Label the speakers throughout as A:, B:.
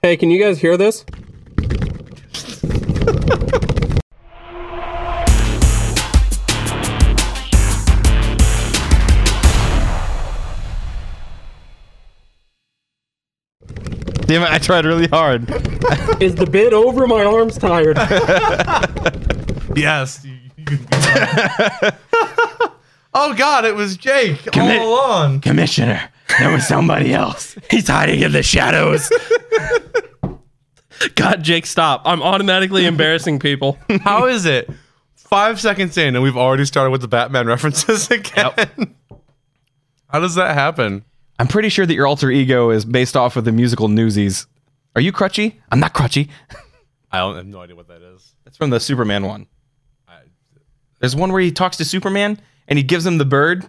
A: Hey, can you guys hear this?
B: Damn it, I tried really hard.
A: Is the bit over? My arm's tired.
C: Yes. you- you can be- oh God! It was Jake
B: Commit-
C: all along.
B: Commissioner, there was somebody else.
D: He's hiding in the shadows. God, Jake, stop. I'm automatically embarrassing people.
C: How is it? Five seconds in, and we've already started with the Batman references again. How does that happen?
B: I'm pretty sure that your alter ego is based off of the musical Newsies. Are you crutchy? I'm not crutchy.
C: I don't I have no idea what that is.
B: That's from the Superman one. There's one where he talks to Superman and he gives him the bird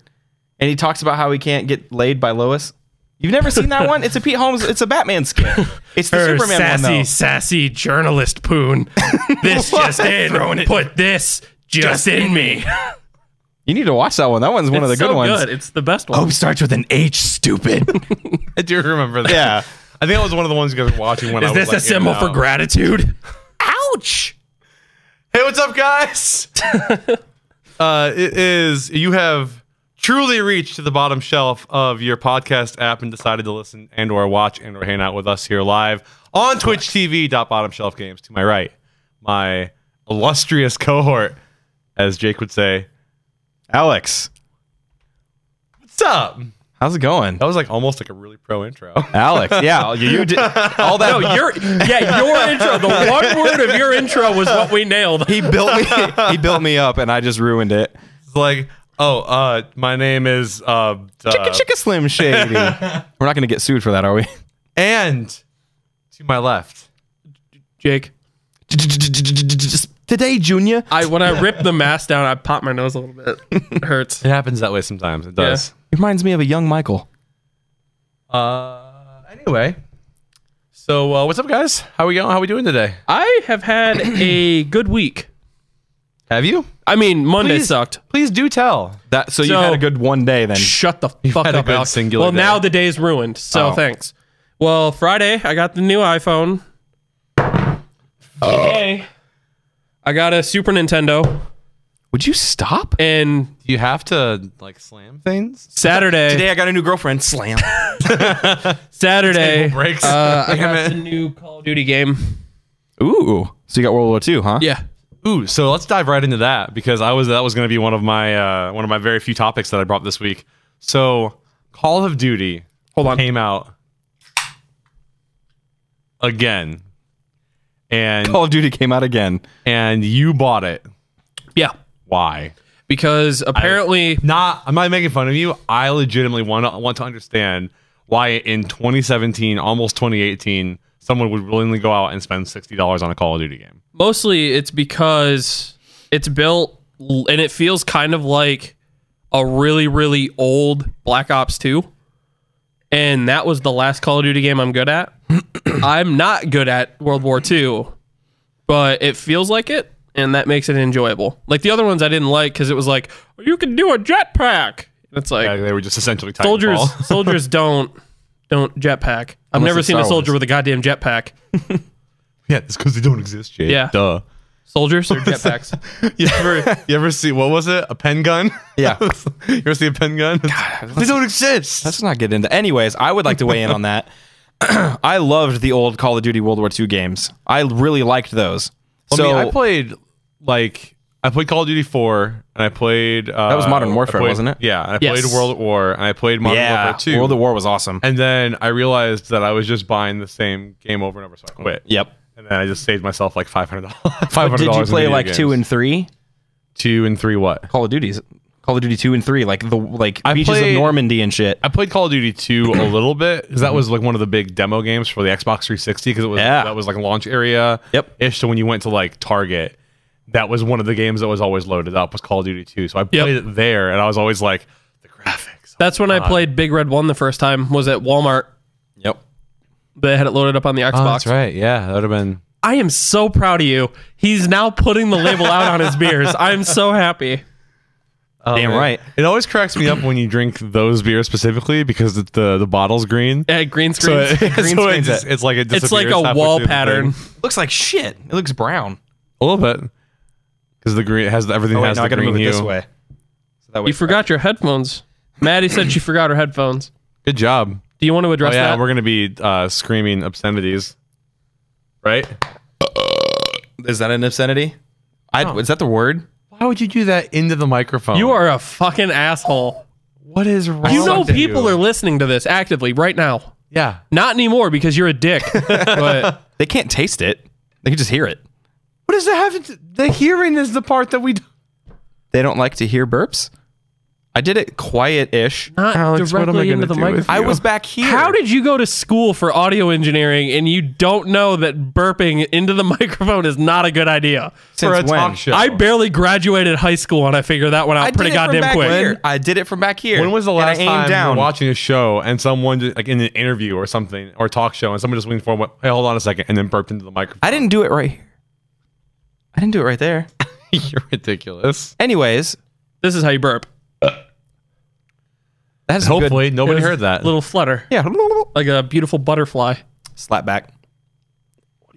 B: and he talks about how he can't get laid by Lois. You've never seen that one? It's a Pete Holmes, it's a Batman skit. It's the
D: Her
B: Superman
D: sassy,
B: one though.
D: sassy journalist poon. This just in. Put this just, in me.
B: You need to watch that one. That one's one of the
D: It's
B: good
D: so
B: ones. Oh,
D: Good. It's the best one.
B: starts with an H, stupid.
C: I do remember that.
B: Yeah.
C: I think that was one of the ones you guys were watching when I
D: Is
C: was
D: this
C: like,
D: a symbol
C: in and
D: for
C: out.
D: gratitude? Ouch!
C: Hey, what's up, guys? uh, it is you have truly reached to the bottom shelf of your podcast app and decided to listen and or watch and or hang out with us here live on Twitch TV. Bottom shelf games. To my right, my illustrious cohort, as Jake would say.
B: Alex,
C: What's up?
B: how's it going?
C: That was like almost like a really pro intro.
B: Alex, yeah, you, you did all that.
D: No, your yeah, your intro. The one word of your intro was what we nailed.
B: he built me. He built me up, and I just ruined it.
C: It's like, oh, uh, my name is uh,
B: Chicka
C: uh,
B: chicka slim shady. We're not gonna get sued for that, are we?
C: and to my left.
D: Jake,
B: Today, Junior.
D: I when I ripped the mask down, I popped my nose a little bit. It hurts.
C: It happens that way sometimes. It does.
B: It reminds me of a young Michael.
C: Uh, anyway, so uh, what's up, guys? How we going? How we doing today?
D: I have had a good week.
C: Have you?
D: I mean, Monday
C: Please-
D: sucked.
C: Please do tell.
B: That so, you
D: So-
B: had a good one day then.
D: Shut the fuck
C: had a
D: up,
C: good
D: Alex.
C: singular
D: well,
C: day.
D: now the day's ruined. So
B: Oh.
D: thanks. Well, Friday I got the new iPhone.
C: Oh.
D: Okay. I got a Super Nintendo,
B: Would you stop?
D: and
C: Do you have to Uh, like slam things?
D: Saturday
B: I got a new girlfriend. Slam.
D: Saturday
C: breaks.
D: Uh, I
C: Damn
D: got
C: it.
D: the new Call of Duty game.
B: Ooh. So you got World War II, huh?
D: Yeah.
C: Ooh, so let's dive right into that because I was that was going to be one of my uh, one of my very few topics that I brought this week. So Call of Duty
D: Hold on.
C: came out again, and
B: Call of Duty came out again.
C: and you bought it.
D: Yeah.
C: Why?
D: Because apparently
C: not I'm not making fun of you. I legitimately want to want to understand why in 2017, almost 2018, someone would willingly go out and spend sixty dollars on a Call of Duty game.
D: mostly it's because it's built l- and it feels kind of like a really really old black ops 2 and that was the last call of duty game i'm good at i'm not good at world war ii but it feels like it and that makes it enjoyable like the other ones i didn't like because it was like you can do a jetpack And it's like
C: Like, they were just essentially Titanfall.
D: soldiers soldiers don't don't jetpack i've never
B: it's
D: seen a
B: Star
D: soldier with a goddamn jetpack
C: yeah, it's because they don't exist, Jake.
D: Yeah.
C: duh.
D: soldiers or jetpacks
C: You ever you ever see what was it? A pen gun?
B: Yeah.
C: you ever see a pen gun? they don't exist.
B: Let's not get into. Anyways, I would like to weigh in on that. I loved the old Call of Duty World War II games. I really liked those.
C: I
B: so
C: mean, I played like I played Call of Duty 4 and I played uh,
B: was Modern Warfare,
C: I played-
B: wasn't it?
C: Yeah, and I
D: Yes.
C: played World at War and I played Modern
B: yeah,
C: Warfare 2.
B: World of War was awesome.
C: And then I realized that I was just buying the same game over and over, so I quit.
B: Yep.
C: And then I just saved myself like five hundred dollars. Five
B: But
C: hundred
B: did you
C: dollars.
B: play like two and three
C: two and three? What?
B: Call of Duties? Call of Duty two and three, like the like
C: I
B: beaches
C: played-
B: of Normandy and shit.
C: I played Call of Duty two a little bit because that was like one of the big demo games for the Xbox 360 because it was
B: Mm-hmm. Yeah.
C: that was like launch area.
B: Yep.
C: Ish. So when you went to like Target, that was one of the games that was always loaded up was Call of Duty two. So I played it there, and I was always like the graphics.
D: That's when I played Big Red One the first time. Was at Walmart.
B: Yep.
D: They had it loaded up on the Xbox.
C: Oh,
B: Oh,
C: right. Yeah, that would have been.
D: I am so proud of you. He's now putting the label out on his beers. I'm so happy.
C: Oh,
B: Damn
C: man.
B: right.
C: It always cracks me up when you drink those beers specifically because the the, the bottle's green.
D: Yeah, green
C: So,
D: screens.
B: Green
C: it- so it
B: screen's
C: just,
B: it.
C: it's like it
D: it's like
C: disappears
D: a
C: halfway
D: wall
C: through the
D: pattern.
C: thing.
B: looks like shit. It looks brown.
C: A little bit. Because the green has everything
B: Oh, wait,
C: has
B: no, I
C: the
B: gotta
C: green
B: move it
C: hue.
B: this way. So that way
D: You forgot your headphones. Maddie said she forgot her headphones.
C: Good job.
D: Do you want to
C: Oh,
D: address
C: yeah,
D: that?
C: we're gonna be uh, screaming obscenities, right?
B: Is that an obscenity? I,
C: Oh.
B: Is that the word?
C: Why would you do that into the microphone?
D: You are a fucking asshole.
C: What is wrong?
D: You know
C: with you?
D: people are listening to this actively right now.
C: Yeah.
D: Not anymore because you're a dick. but
B: They can't taste it. They can just hear it.
C: What does that have to? The hearing is the part that we.
B: They don't like to hear burps. I did it quiet-ish.
D: not
C: Alex, what am I
D: directly
C: gonna
D: into the
C: do with
D: microphone.
B: I
C: you.
B: was back here.
D: How did you go to school for audio engineering and you don't know that burping into the microphone is not a good idea?
B: Since
C: for a
B: when?
C: talk show.
D: I barely graduated high school and I figured that one out
B: I did
D: pretty
B: it from
D: goddamn
B: back
D: quick.
B: Here. I did it from back here.
C: When was the
B: And I
C: last
B: aimed
C: time you
B: down?
C: were watching a show and someone just, like in an interview or something or talk show and someone just leaned forward, went, hey, hold on a second, and then burped into the microphone?
B: I didn't do it right here. I didn't do it right there.
C: You're ridiculous.
B: Anyways,
D: This is how you burp.
B: that's
C: Hopefully,
B: good.
C: nobody
D: It was
C: heard that.
D: a little flutter,
B: Yeah.
D: like a beautiful butterfly.
B: Slap back.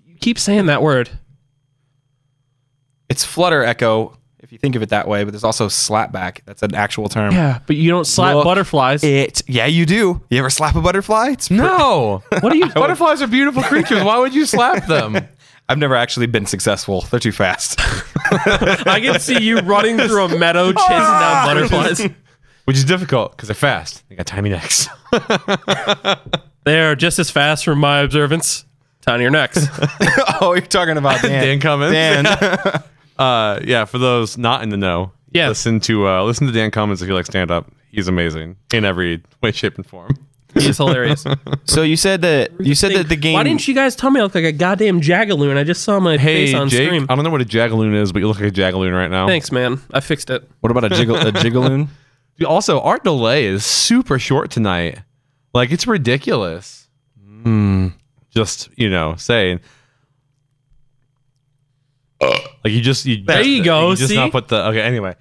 D: You keep saying that word.
B: It's flutter echo if you think of it that way, but there's also slap back. That's an actual term.
D: Yeah, but you don't slap
B: Look
D: butterflies.
B: It. Yeah, you do. You ever slap a butterfly? It's pre-
C: no.
D: What are you?
C: Butterflies are beautiful creatures. Why would you slap them?
B: I've never actually been successful. They're too fast.
D: I can see you running through a meadow chasing down butterflies.
C: Which is difficult because they're fast. They got tiny necks.
D: They are just as fast from my observance. Tinier necks.
B: oh, you're talking about Dan.
C: Dan Cummins.
B: Dan.
C: Uh, yeah, for those not in the know,
D: Yeah.
C: listen to uh, listen to Dan Cummins if you like stand up. He's amamazing in every way, shape, and form.
D: He's hilarious.
B: so you said that you said that the game.
D: Why didn't you guys tell me I look like a goddamn jagaloon? I just saw my
C: Hey,
D: face on
C: Jake,
D: stream.
C: I don't know what a jagaloon is, but you look like a jagaloon right now.
D: Thanks, man. I fixed it.
B: What about a jiggle a jiggaloon?
C: Dude, Also, our delay is super short tonight. Like it's ridiculous.
D: Hmm.
C: Just you know, saying. Like you just you
D: There you go,
C: just
D: see?
C: not put the okay. Anyway,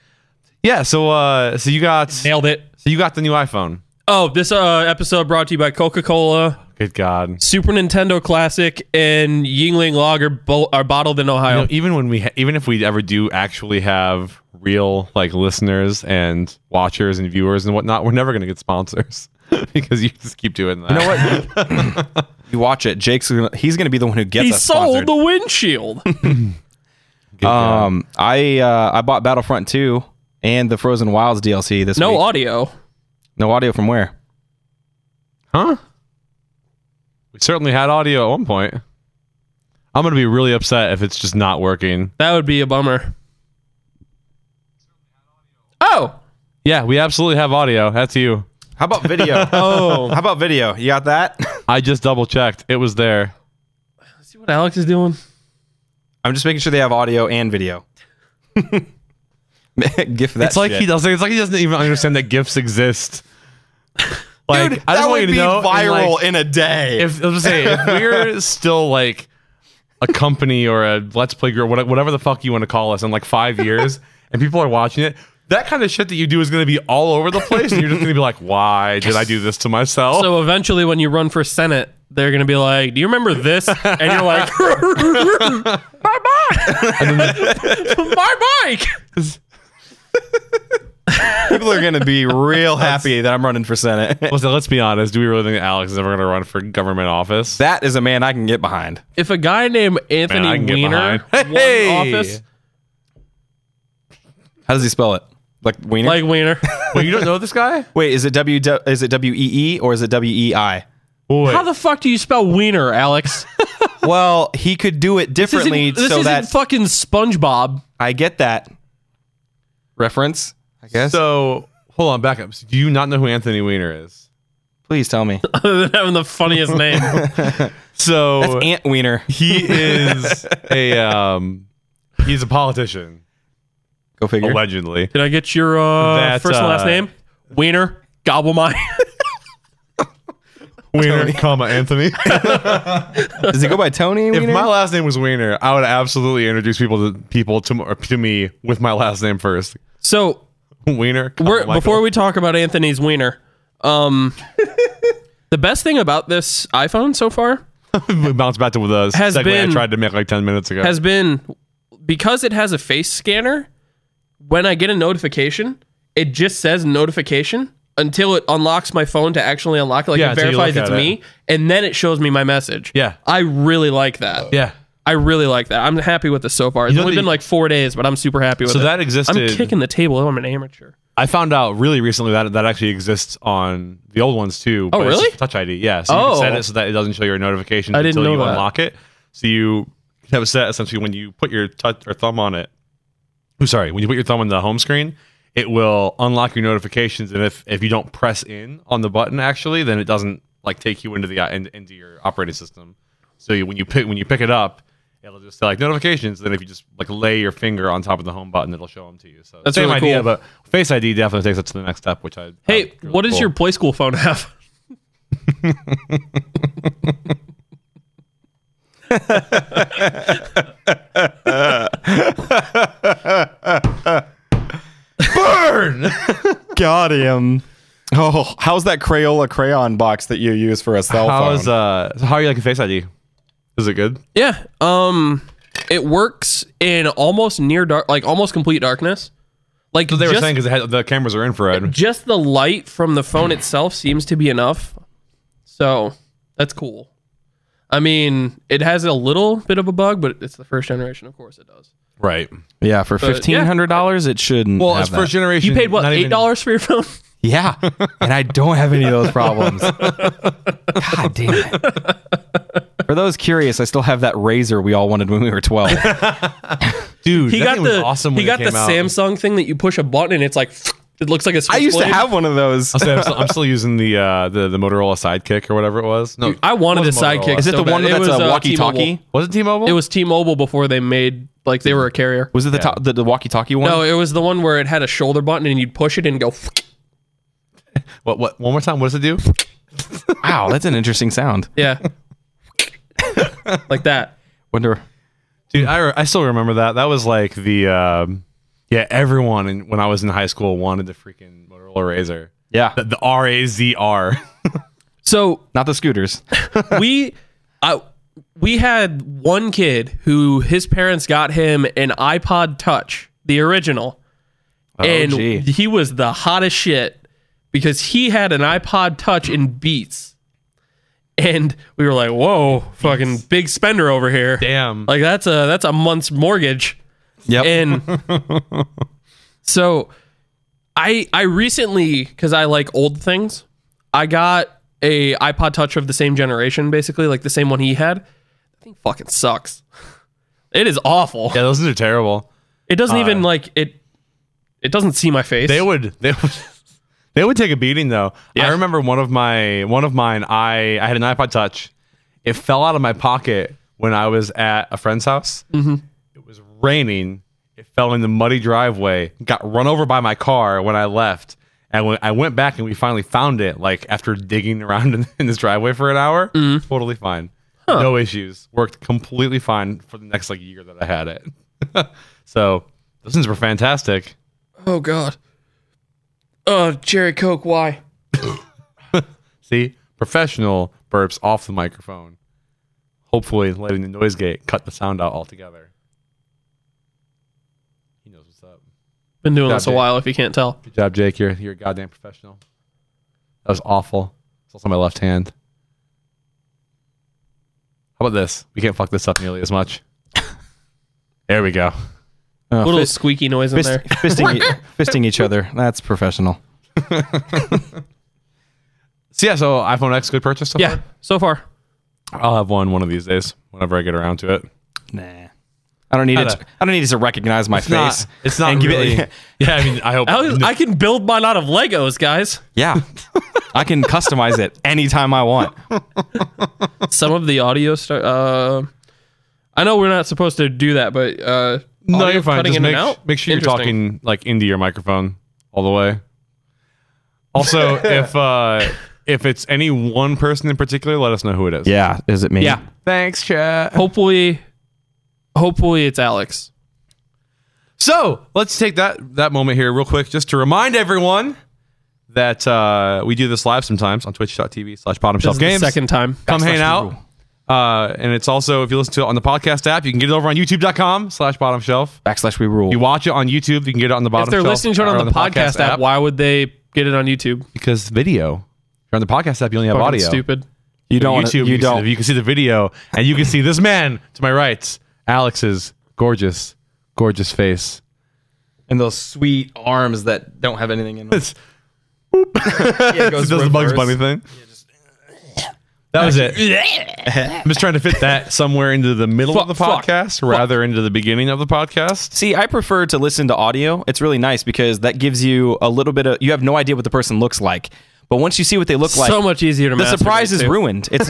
C: yeah. So uh, so you got so
D: Nailed it.
C: you got the new iPhone.
D: Oh, this uh, episode brought to you by Coca Cola,
C: Good God.
D: Super Nintendo Classic, and Yingling Lager bo- are bottled in Ohio.
C: You
B: Oh.
C: know, even when we ha- even if we ever do actually have real like listeners and watchers and viewers and whatnot, we're never gonna get sponsors because you just keep doing that.
B: You know what? you watch it. Jake's gonna, he's going to be the one who gets
D: he
B: us
D: sold
B: sponsored.
D: the windshield.
C: Good God.
B: Um, I uh, I bought Battlefront 2 and the Frozen Wilds DLC this
D: no
B: week.
D: audio.
B: no audio from where? Um,
C: huh? We certainly had audio at one point. I'm gonna be really upset if it's just not working.
D: That would be a bummer. Oh.
C: Yeah, we absolutely have audio. That's you.
B: How about video? How
D: Oh.
B: about video? You got that?
C: I just double checked. It was there.
D: See what Alex is doing?
B: I'm just making sure they have audio and video. GIF that.
C: It's like
B: shit.
C: he doesn't. It's like he doesn't even understand that gifs exist. Like,
B: Dude,
C: I just
B: that
C: want you
B: would
C: to
B: be
C: know, and, like,
B: viral in a day.
C: if I was gonna say if we're still like a company or a let's play group, what- whatever the fuck you want to call us, in like five years, and people are watching it, that kind of shit that you do is gonna be all over the place, and you're just gonna be like, why did I do this to myself?
D: So eventually, when you run for Senate, they're going to be like, Do you remember this? And you're like, My bike! My bike!
B: People are gonna be real happy that I'm running for senate.
C: Listen, let's be honest. Do we really think that Alex is ever gonna run for government office?
B: that is a man I can get behind.
D: If a guy named
C: Man, I
D: Anthony
C: can get
D: Weiner
C: behind.
D: won
C: Hey!
D: office,
B: How does he spell it? Like wiener?
D: like Weiner,
C: well, you don't know this guy?
B: Wait, is it W? Is it W E E or is it W E I?
C: Boy,
D: how the fuck do you spell Weiner, Alex?
B: Well, he could do it
D: This
B: differently,
D: isn't, this
B: so
D: isn't
B: that
D: fucking SpongeBob.
B: I get that reference. I guess.
C: so hold on, back up. So do you not know who Anthony Weiner is?
B: Please tell me.
D: Other than having the funniest name.
C: So
B: Ant wiener.
C: he is a um, he's a politician
B: Go figure.
C: allegedly.
D: Can I get your uh,
C: That,
D: first and
C: uh,
D: last name? Weiner, Gobblemine.
C: Wiener, comma Anthony.
B: Does he go by Tony?
C: if
B: Wiener?
C: my last name was Wiener, I would absolutely introduce people to people to, or to me with my last name first.
D: so
C: Wiener. Come
D: We're,
C: on, Michael.
D: before we talk about Anthony's wiener, um, the best thing about this iPhone so far
C: we bounce back to the
D: Has
C: segue
D: been-
C: I tried to make like ten minutes ago.
D: has been because it has a face scanner. When I get a notification, it just says notification until it unlocks my phone to actually unlock it. Like
C: Yeah,
D: it
C: until you
D: verifies
C: look
D: it's
C: at it.
D: me, and then it shows me my message.
C: Yeah.
D: I really like that.
C: yeah.
D: I really like that. I'm happy with this so far. It's
C: know
D: only
C: the-
D: been like four days, but I'm super happy with
C: So
D: it.
C: that
D: I'm
C: existed.
D: kicking the table. though I'm an amateur.
C: I found out really recently that that actually exists on the old ones too. but it's
D: Oh, really?
C: just Touch ID, yeah. So you
D: Oh.
C: can set it so that it doesn't show your notifications
D: I didn't
C: until
D: know
C: you
D: that.
C: unlock it. So you have it set essentially when you put your touch or thumb on it. I'm sorry, when you put your thumb on the home screen, it will unlock your notifications, and if if you don't press in on the button actually, then it doesn't like take you into the uh, in, into your operating system. So you, when you pick when you pick it up. It'll just say like notifications. Then if you just like lay your finger on top of the home button, it'll show them to you. So
D: That's
C: same
D: really
C: idea,
D: cool.
C: but Face ID definitely takes it to the next step, which I
D: Hey, what does your play school phone have?
C: burn?
B: Got him. Oh, how's that Crayola crayon box that you use for a cell
C: How
B: phone?
C: is uh? so How are you liking Face ID? Is it good?
D: Yeah. Um, it works in almost near dark, like almost complete darkness. Like
C: They
D: just,
C: were saying because the cameras are infrared.
D: just the light from the phone itself seems to be enough. So that's cool. I mean, it has a little bit of a bug, but it's the first generation, of course, it does.
C: Right.
B: yeah, for fifteen hundred dollars, it shouldn't.
C: Uh, Well,
B: have
C: it's first generation.
D: You paid what
C: not
D: eight
C: even-
D: dollars for your phone?
B: Yeah, and I don't have any of those problems. God damn it! For those curious, I still have that razor we all wanted when we were twelve.
C: dude.
D: He
C: that
D: got
C: thing was
D: the
C: awesome.
D: he
C: When
D: got
C: it
D: the
C: came out.
D: Samsung thing that you push a button and it's like it looks like a
B: I used to
D: switchblade.
B: have one of those.
C: So I'm, still, I'm still using the uh the, the Motorola Sidekick or whatever it was. No,
D: I wanted a
C: Wasn't Motorola.
D: sidekick.
C: Is
B: it
D: so
B: the
D: bad.
B: one that's
D: was,
B: a
D: uh,
B: walkie-talkie?
D: T-Mobile.
C: was it T-Mobile?
D: It was T-Mobile before they made like they were a carrier.
B: Was it the top, the, the walkie-talkie one?
D: No, Oh, it was the one where it had a shoulder button and you'd push it and go.
C: What? What? One more time. What does it do?
B: Wow, that's an interesting sound.
D: Yeah. like that.
B: Wonder.
C: Dude, I, re- I still remember that. That was like the um, yeah. Everyone in, when I was in high school wanted the freaking Motorola Razor.
B: Yeah,
C: The, the R A Z R.
D: So
B: not the scooters.
D: we, I, we had one kid who his parents got him an iPod Touch, the original, and
B: gee.
D: he was the hottest shit because he had an iPod Touch in Beats, and we were like, "Whoa, fucking big spender over here!"
C: Damn.
D: Like that's a that's a month's mortgage.
B: Yep.
D: And so I I recently cuz I like old things, I got a iPod Touch of the same generation basically, like the same one he had. That thing fucking sucks. It is awful.
C: Yeah, those things are terrible.
D: It doesn't even like it it doesn't see my face.
C: They would they would they would take a beating though. I remember one of my one of mine. I I had an iPod Touch. It fell out of my pocket when I was at a friend's house. It was raining. It fell in the muddy driveway. Got run over by my car when I left. And when I went back and we finally found it, like after digging around in, in this driveway for an hour, totally fine. No issues. Worked completely fine for the next like year that I had it. so those things were fantastic.
D: oh god. Oh, Jerry Coke, why?
C: See, professional burps off the microphone. Hopefully, letting the noise gate cut the sound out altogether. He knows what's up.
D: Been doing this a
C: Goddamn.
D: while if you can't tell.
C: Good job, Jake. You're you're a goddamn professional. That was awful. It's also my left hand. How about this? We can't fuck this up nearly as much. There we go.
B: Uh,
D: Little
B: fist-
D: squeaky noise in
B: fist-
D: there.
B: fisting, e- fisting each other. That's professional.
C: So yeah, so iPhone X, good purchase. So
D: Yeah, so far.
C: far? I'll have one one of these days whenever I get around to it.
B: Nah. I don't need it.
C: Kinda.
B: to- I don't need it to recognize my face.
C: Not- it's not
B: and give it-
C: really. yeah, I mean, I hope.
D: I, was- I can build mine out of Legos, guys.
B: yeah. I can customize it anytime I want.
D: some of the audio stuff. Uh, I know we're not supposed to do that, but uh,
C: No,
D: audio
C: you're fine.
D: cutting
C: Just
D: in and
C: make,
D: out?
C: make sure you're
D: Interesting.
C: talking like into your microphone all the way. Also, if uh, if it's any one person in particular, let us know who it is.
B: Yeah. Is it me?
D: Yeah,
C: Thanks, chat.
D: hopefully, hopefully it's Alex.
C: So Oh, let's take that that moment here real quick just to remind everyone that uh, we do this live sometimes on twitch.tv slash bottom
D: This
C: shelf
D: is the
C: games.
D: second time.
C: Come hang
E: Backslash
C: out.
E: rule.
C: Uh, and it's also if you listen to it on the podcast app, you can get it over on youtube.com slash bottom shelf.
E: Backslash we rule.
C: You watch it on YouTube, you can get it on the bottom
D: If they're
C: shelf
D: listening to it
C: or
D: on the, podcast, app, why would they get it on YouTube?
C: because video. If you're on the podcast app, you only have
D: Fucking
C: audio.
D: Stupid.
E: you don't. wanna-
C: YouTube, you,
E: you
C: can see the-
E: don't.
C: you can see the video, and you can see this man to my right, Alex's gorgeous, gorgeous face.
B: And those sweet arms that don't have anything in them.
C: It's,
B: Yeah, it goes
C: it does the Bugs
B: reverse.
C: Bunny thing. That was it. I'm just trying to fit that somewhere into the middle of the
D: Fuck, fuck,
C: podcast rather into the beginning of the podcast.
B: See, I prefer to listen to audio. It's really nice because that gives you a little bit of you have no idea what the person looks like. But once you see what they look like,
D: so much easier to.
B: the
D: masturbate
B: surprise is
D: to.
B: ruined. It's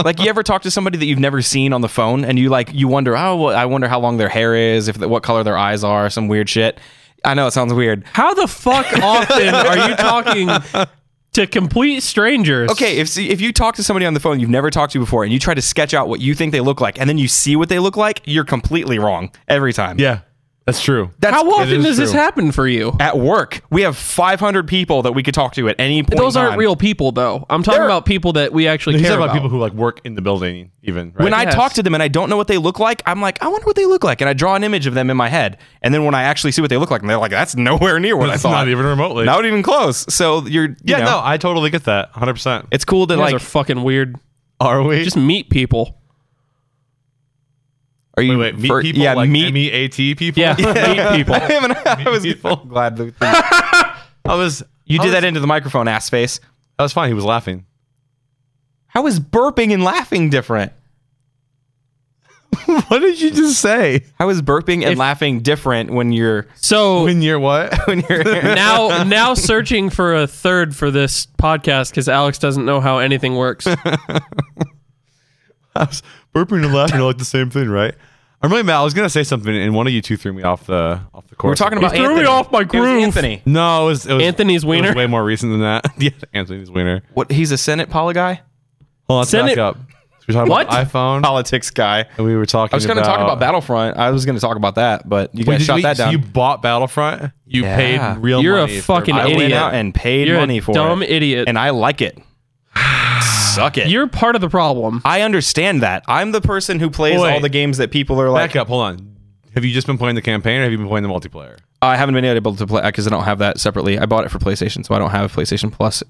B: like you ever talk to somebody that you've never seen on the phone, and you like you wonder, oh, well, I wonder how long their hair is, if what color their eyes are, some weird shit. I know it sounds weird.
D: How the fuck often are you talking to complete strangers?
B: Okay, if see, if you talk to somebody on the phone you've never talked to before, and you try to sketch out what you think they look like, and then you see what they look like, you're completely wrong every time.
C: Yeah, that's true.
B: That's-
D: How
C: it
D: often
C: is
D: does this
C: true.
D: happen for you?
B: At work, we have 500 people that we could talk to at any point.
D: Those
B: in
D: aren't
B: time.
D: real people, though. I'm talking
B: They're-
D: about people that we actually
C: He's
D: care
C: talking about
D: about.
C: people who like work in the building, even right?
B: When I
D: Yes.
B: talk to them and I don't know what they look like, I'm like, I wonder what they look like, and I draw an image of them in my head. And then when I actually see what they look like, and they're like, that's nowhere near what
C: That's
B: I thought.
C: not even remotely.
B: not even close. So you're, you
C: yeah,
B: know,
C: no, I totally get that. 100. percent
B: it's cool to
D: You guys
B: like.
D: are fucking weird.
C: Are we?
D: Just meet people.
B: are you?
C: wait, wait, meet
B: for-
C: people.
B: yeah,
C: like
B: meet.
C: M-E-A-T people.
D: Yeah, meet people.
B: I even- I was glad that
C: I was.
B: you
C: I
B: did
C: was-
B: that into the microphone, ass face.
C: That was fine. He was laughing.
B: How is burping and laughing different?
C: What did you just say?
B: How is burping and laughing different when you're
D: So
C: When you're what?
B: when you're
D: now, now searching for a third for this podcast because Alex doesn't know how anything works.
C: I was burping and laughing are like the same thing, right? I'm really mad. I was gonna say something, and one of you two threw me off the off the course.
B: we're talking about
D: threw me
B: Anthony.
D: off my
B: It was
D: groove.
B: Anthony,
C: no, it was, it was
D: Anthony's
C: it was
D: wiener.
C: way more recent than that. yeah, Anthony's wiener.
B: what? He's a Senate poly guy,
C: Hold on, let's
D: Send
C: back
D: it-
C: up. We were talking
D: What?
C: about iPhone,
B: politics guy.
C: and we were talking.
B: I was going to talk about Battlefront. I was going to talk about that, but you guys
C: Wait, did
B: shot
C: you,
B: that
C: so
B: down.
C: You bought Battlefront. You
B: Yeah.
C: paid real.
D: You're a
C: money for-
D: fucking
B: I went
D: idiot.
B: out and paid
D: You're
B: money
D: a
B: for
D: dumb
B: it,
D: idiot.
B: and I like it. Suck it.
D: You're part of the problem.
B: I understand that. I'm the person who plays
C: Wait.
B: all the games that people are like.
C: Back up. Hold on. Have you just been playing the campaign, or have you been playing the multiplayer?
B: I haven't been able to play because I don't have that separately. I bought it for PlayStation, so I don't have PlayStation Plus.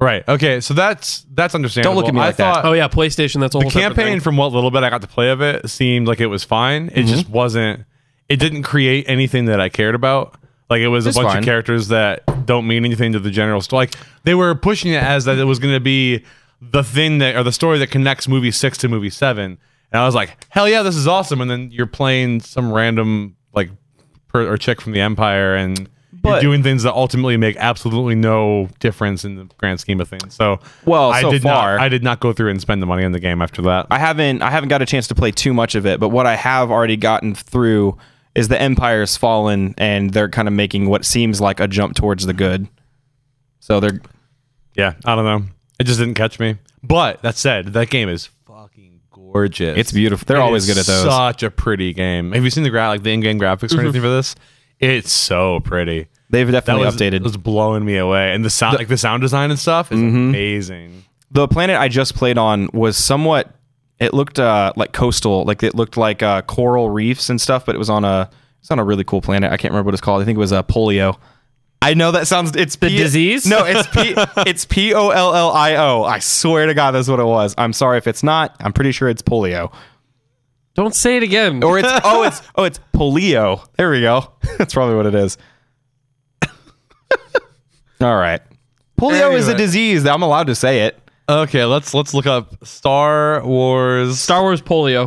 C: Right. Okay. So that's that's understandable.
B: at me
C: I
B: like that.
C: thought,
D: Oh yeah, PlayStation. That's a whole
C: the campaign from what little bit I got to play of it seemed like it was fine.
B: Mm-hmm.
C: It just wasn't. It didn't create anything that I cared about. Like it was
B: It's
C: a bunch
B: fine.
C: of characters that don't mean anything to the general story. Like they were pushing it as that it was going to be the thing that or the story that connects movie six to movie seven. And I was like, hell yeah, this is awesome. And then you're playing some random like per, or chick from the Empire and.
B: But-
C: you're doing things that ultimately make absolutely no difference in the grand scheme of things. So,
B: Well,
C: I
B: so
C: did
B: far-
C: not, I did not go through and spend the money on the game after that.
B: I haven't I haven't got a chance to play too much of it, but what I have already gotten through is the Empire's fallen, and they're kind of making what seems like a jump towards the good. So they're
C: Yeah, I don't know. It just didn't catch me. But that said, that game is fucking gorgeous.
B: it's beautiful. They're
C: It
B: always
C: is
B: good at those.
C: Such a pretty game. Have you seen the gra- like the in-game graphics or anything for this? It's so pretty.
B: They've
C: That
B: definitely
C: was
B: updated.
C: was blowing me away, and the sound like the sound design and stuff is amazing.
B: the planet I just played on was somewhat. It looked uh, like coastal, like it looked like uh, coral reefs and stuff, but it was on a it's on a really cool planet. I can't remember what it's called. I think it was uh, polio. I know that sounds. It's the
D: disease?
B: No, it's P. it's P O L L I O. I swear to God, that's what it was. I'm sorry if it's not. I'm pretty sure it's polio.
D: Don't say it again.
B: Or it's oh, it's oh, it's polio. There we go. That's probably what it is. All right. Polio is a
C: Anyway.
B: disease. I'm allowed to say it.
C: Okay, let's let's look up Star Wars
D: Star Wars polio.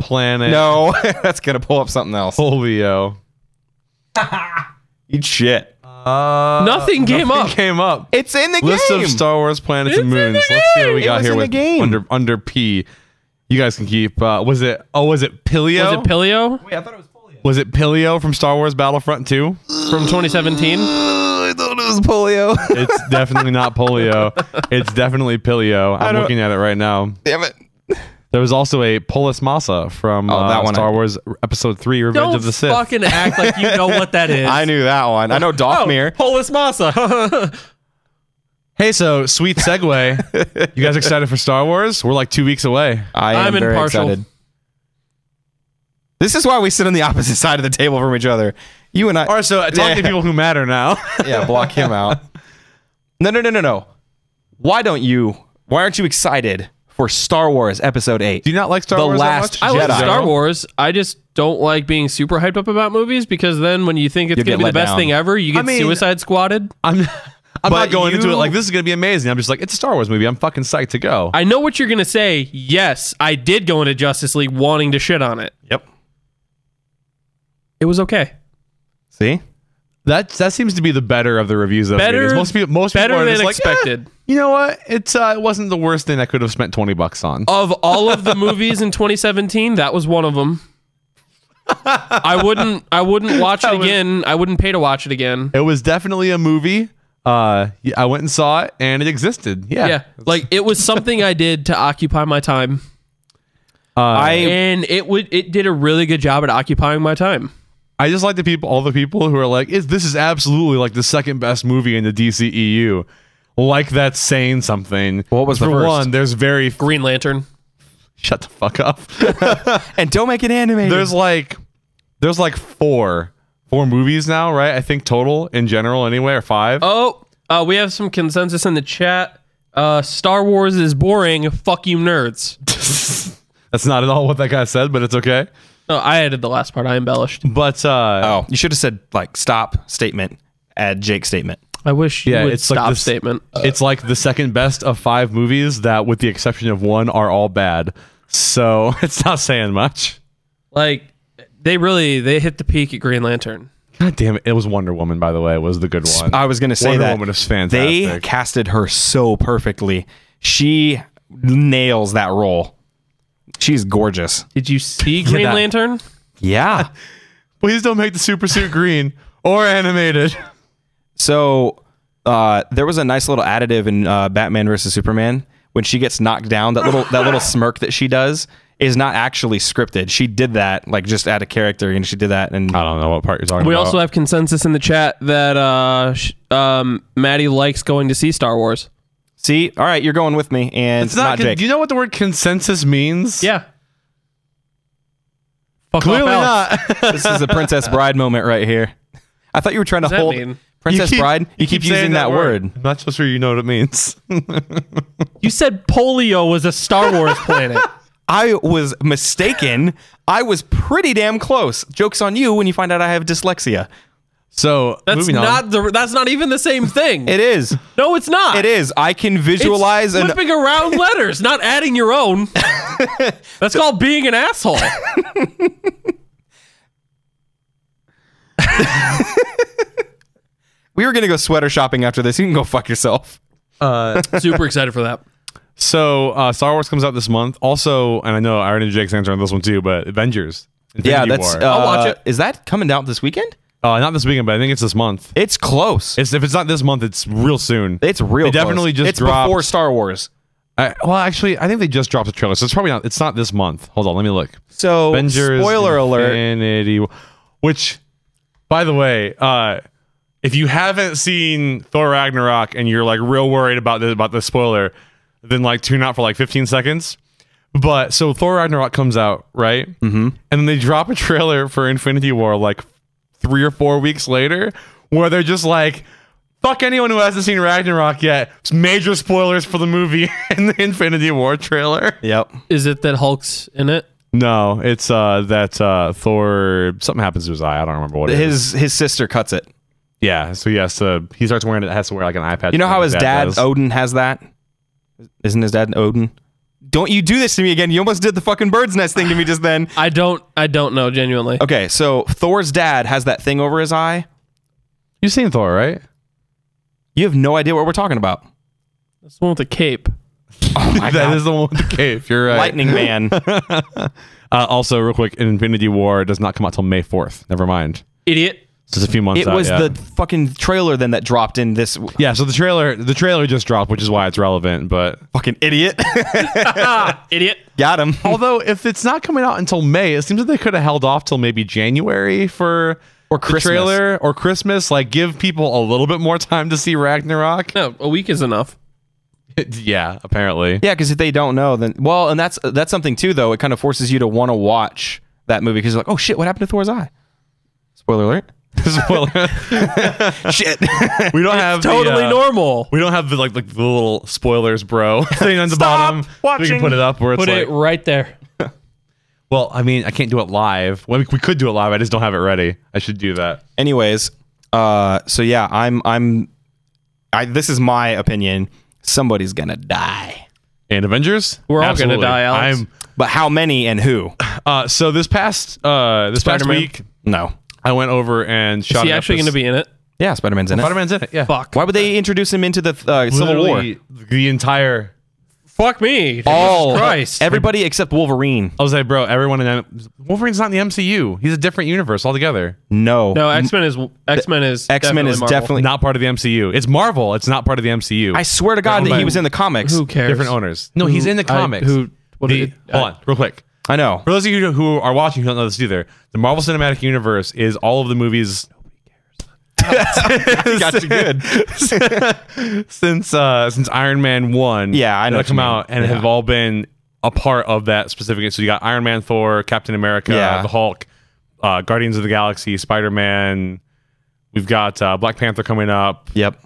C: Planet
B: No, that's gonna pull up something else.
C: Polio.
B: Eat shit.
D: nothing came
C: Nothing
D: up.
C: Came up.
B: It's in the
C: List
B: game.
C: of Star Wars planets and
D: It's in
C: moons.
D: the
C: Let's see what
D: game.
C: we
B: It
C: got
B: was
C: here
B: in the
C: with
B: game.
C: under under P. You guys can keep. Uh, was it? Oh, was it Pilio?
D: Was it polio
C: Was it Pilio from Star Wars Battlefront 2?
D: from 2017?
B: I thought it was polio.
C: It's definitely not polio. It's definitely Pilio. I'm
B: don't-
C: looking at it right now.
B: Damn it.
C: There was also a Polis Massa from
B: Oh, that
C: uh,
B: one
C: Star
B: I-
C: Wars Episode Three: Revenge
D: Don't
C: of the Sith.
D: fucking act like you know what that is. Oh,
B: I knew that one. I know Dothmir.
D: Polis Massa.
C: Hey, so sweet segue. you guys excited for Star Wars? We're like two weeks away.
B: I am
D: I'm
B: very
D: impartial.
B: excited. This is why we sit on the opposite side of the table from each other. You and I.
C: All right, so uh, talk to
B: Yeah.
C: people who matter now.
B: yeah, block him out. No, no, no, no, no. Why don't you? Why aren't you excited for Star Wars Episode Eight?
C: Do you not like Star
B: The
C: Wars?
B: last
C: that much?
D: I like
B: Jedi.
D: Star Wars. I just don't like being super hyped up about movies because then when you think it's
B: You'll
D: going
B: get
D: to be the
B: let
D: best
B: down.
D: thing ever, you get
C: mean-
D: suicide squatted.
C: I'm, I'm
B: But
C: not going into it
B: you-
C: like this is gonna be amazing. I'm just like it's a Star Wars movie. I'm fucking psyched to go.
D: I know what you're going to say. Yes, I did go into Justice League wanting to shit on it.
C: yep.
D: It was okay.
B: See,
C: That that seems to be the better of the reviews. That I'm
D: Better-
C: reading. most people, most
D: better
C: people are
D: than
C: just like,
D: expected.
C: "Eh, you know what? It's uh, it wasn't the worst thing I could have spent twenty bucks on.
D: Of all of the movies in 2017, that was one of them. I wouldn't. I wouldn't watch it again. I wouldn't pay to watch it again.
C: It was definitely a movie. Uh, y- I went and saw it, and it existed. Yeah.
D: Yeah, like it was something I did to occupy my time, Uh,
B: I
D: and it would. It did a really good job at occupying my time.
C: I just like the people, all the people who are like, "Is this is absolutely like the second best movie in the DCEU." Like that's saying something.
B: What was the
C: for
B: first?
C: one? There's very f-
D: Green Lantern.
C: shut the fuck up.
B: and don't make it animated.
C: there's like there's like four four movies now, right? I think total in general, anyway, or five.
D: Oh, uh, we have some consensus in the chat. Uh, Star Wars is boring. Fuck you, nerds.
C: That's not at all what that guy said, but it's okay.
D: No, I added the last part. I embellished.
C: But uh,
B: oh, you should have said like stop statement. Add Jake statement.
D: I wish
C: Yeah,
D: you would
C: it's like
D: stop
C: this-
D: statement.
C: it's like the second best of five movies that, with the exception of one, are all bad. So it's not saying much.
D: Like they really they hit the peak at Green Lantern.
C: God damn it! It was Wonder Woman, by the way, was the good one.
B: I was going to say
C: Wonder
B: that
C: Woman is fantastic.
B: They casted her so perfectly. She nails that role. She's gorgeous.
D: Did you see Green
C: that-
D: Lantern?
B: Yeah.
C: Please don't make the super suit green or animated.
B: So uh, there was a nice little additive in uh, Batman versus Superman when she gets knocked down. That little that little smirk that she does is not actually scripted. She did that like just out of character, and she did that. And
C: I don't know what part you're talking
D: We
C: about.
D: also have consensus in the chat that uh, sh- um, Maddie likes going to see Star Wars.
B: see, all right, you're going with me, and
C: it's not. con-
B: Jake.
C: do you know what the word consensus means?
D: Yeah. Fuck
C: clearly
D: off, Alex.
C: not.
B: this is a Princess Bride moment right here. I thought you were trying to
D: does that
B: hold
D: mean?
B: Princess Bride. You, keep,
C: saying
B: using that word.
C: I'm not so sure you know what it means.
D: You said polio was a Star Wars planet.
B: I was mistaken. I was pretty damn close. Jokes on you when you find out I have dyslexia.
C: So
D: That's
C: moving on.
D: not the. That's not even the same thing.
B: It is.
D: no, it's not.
B: It is. I can visualize
D: it's
B: an
D: flipping around letters, not adding your own. That's called being an asshole.
B: We were gonna go sweater shopping after this. You can go fuck yourself.
D: Super excited for that.
C: So uh, Star Wars comes out this month. Also, and I know I already did Jake's answer on this one too, but Avengers. Infinity
B: Yeah, that's.
C: War.
B: Uh,
D: I'll watch it.
B: Is that coming out this weekend?
C: Uh, not this weekend, but I think it's this month.
B: It's close. It's,
C: It's if it's not this month, it's real soon.
B: real.
C: They
B: close.
C: definitely just
B: It's
C: dropped.
B: before Star Wars.
C: I, well, actually, I think they just dropped the trailer, so it's probably not. It's not this month. Hold on, let me look.
B: So
C: Avengers.
B: spoiler alert.
C: Infinity, War- which, by the way, uh, if you haven't seen Thor Ragnarok and you're like real worried about the about the spoiler, then like tune out for like 15 seconds. But so Thor Ragnarok comes out right, mm-hmm. and then they drop a trailer for Infinity War like three or four weeks later, where they're just like. Fuck anyone who hasn't seen Ragnarok yet. It's major spoilers for the movie and the Infinity War trailer.
B: Yep.
D: Is it that Hulk's in it?
C: No, it's uh that uh Thor something happens to his eye. I don't remember what it is.
B: His his sister cuts it.
C: Yeah, so he has to he starts wearing it has to wear like an iPad.
B: You know how his dad,
C: does.
B: Odin has that. Isn't his dad Odin? Don't you do this to me again? You almost did the fucking bird's nest thing to me just then.
D: I don't. I don't know genuinely.
B: Okay, so Thor's dad has that thing over his eye.
C: You've seen Thor, right?
B: You have no idea what we're talking about.
D: That's the one with the cape.
C: That is the one with the cave. You're uh, right.
B: Oh Lightning Man.
C: Uh, also, real quick, Infinity War does not come out till May fourth. Never mind.
D: Idiot.
C: So it's a few months.
B: It
C: out,
B: was
C: yeah.
B: the fucking trailer then that dropped in this
C: yeah. So the trailer, the trailer just dropped, which is why it's relevant. But
B: fucking idiot.
D: Ah, Idiot.
B: Got him.
C: although if it's not coming out until May, it seems that they could have held off till maybe January for
B: Or
C: the
B: Christmas.
C: trailer or Christmas. Like give people a little bit more time to see Ragnarok.
D: No, a week is enough.
C: yeah, apparently.
B: Yeah, because if they don't know, then well, and that's that's something too. Though it kind of forces you to want to watch that movie because like, oh shit, what happened to Thor's eye? Spoiler alert.
C: Spoiler.
B: shit.
C: we don't have the,
D: Totally
C: uh,
D: normal.
C: We don't have the like like the little spoilers, bro. thing on the bottom. We can
F: watching.
C: put it up where it's
D: Put
C: like,
D: it right there.
C: well, I mean, I can't do it live. Well, we, we could do it live. I just don't have it ready. I should do that.
B: Anyways, uh, so yeah, I'm I'm, I this is my opinion. Somebody's gonna die,
C: And Avengers,
D: We're all gonna die, Alex.
C: I'm
B: but how many and who?
C: uh, so this past uh this
D: Spider-Man?
C: past week,
B: No.
C: I went over and shot.
D: Is he
C: an
D: actually going to
C: episode-
D: be in it?
B: Yeah, Spider Man's in it.
C: Spider-Man's in it? Yeah.
D: Fuck.
B: Why would they introduce him into the uh, Civil War?
C: Literally The entire.
D: Fuck me.
B: All
D: Jesus Christ.
B: everybody except Wolverine.
C: I was like, bro, everyone in M- Wolverine's not in the MCU. He's a different universe altogether.
B: No,
D: no, X Men is X Men is
B: X Men is
D: Marvel.
B: definitely.
C: Not part of the MCU. It's Marvel. It's not part of the MCU.
B: I swear to God that he was in the comics.
D: Who cares?
C: different owners. No, he's in the
D: I-
C: comics.
D: who- what uh,
C: The-
D: did-
C: hold on, real quick.
B: I know.
C: For those of you who are watching who don't know this either, the Marvel Cinematic Universe is all of the movies. Nobody cares.
B: Got you good.
C: since uh, since Iron Man one,
B: Yeah, I know
C: that
B: what you
C: come
B: mean.
C: out and have all been a part of that specific. So you got Iron Man, Thor, Captain America,
B: Yeah.
C: the Hulk, uh, Guardians of the Galaxy, Spider Man. We've got uh, Black Panther coming up.
B: Yep.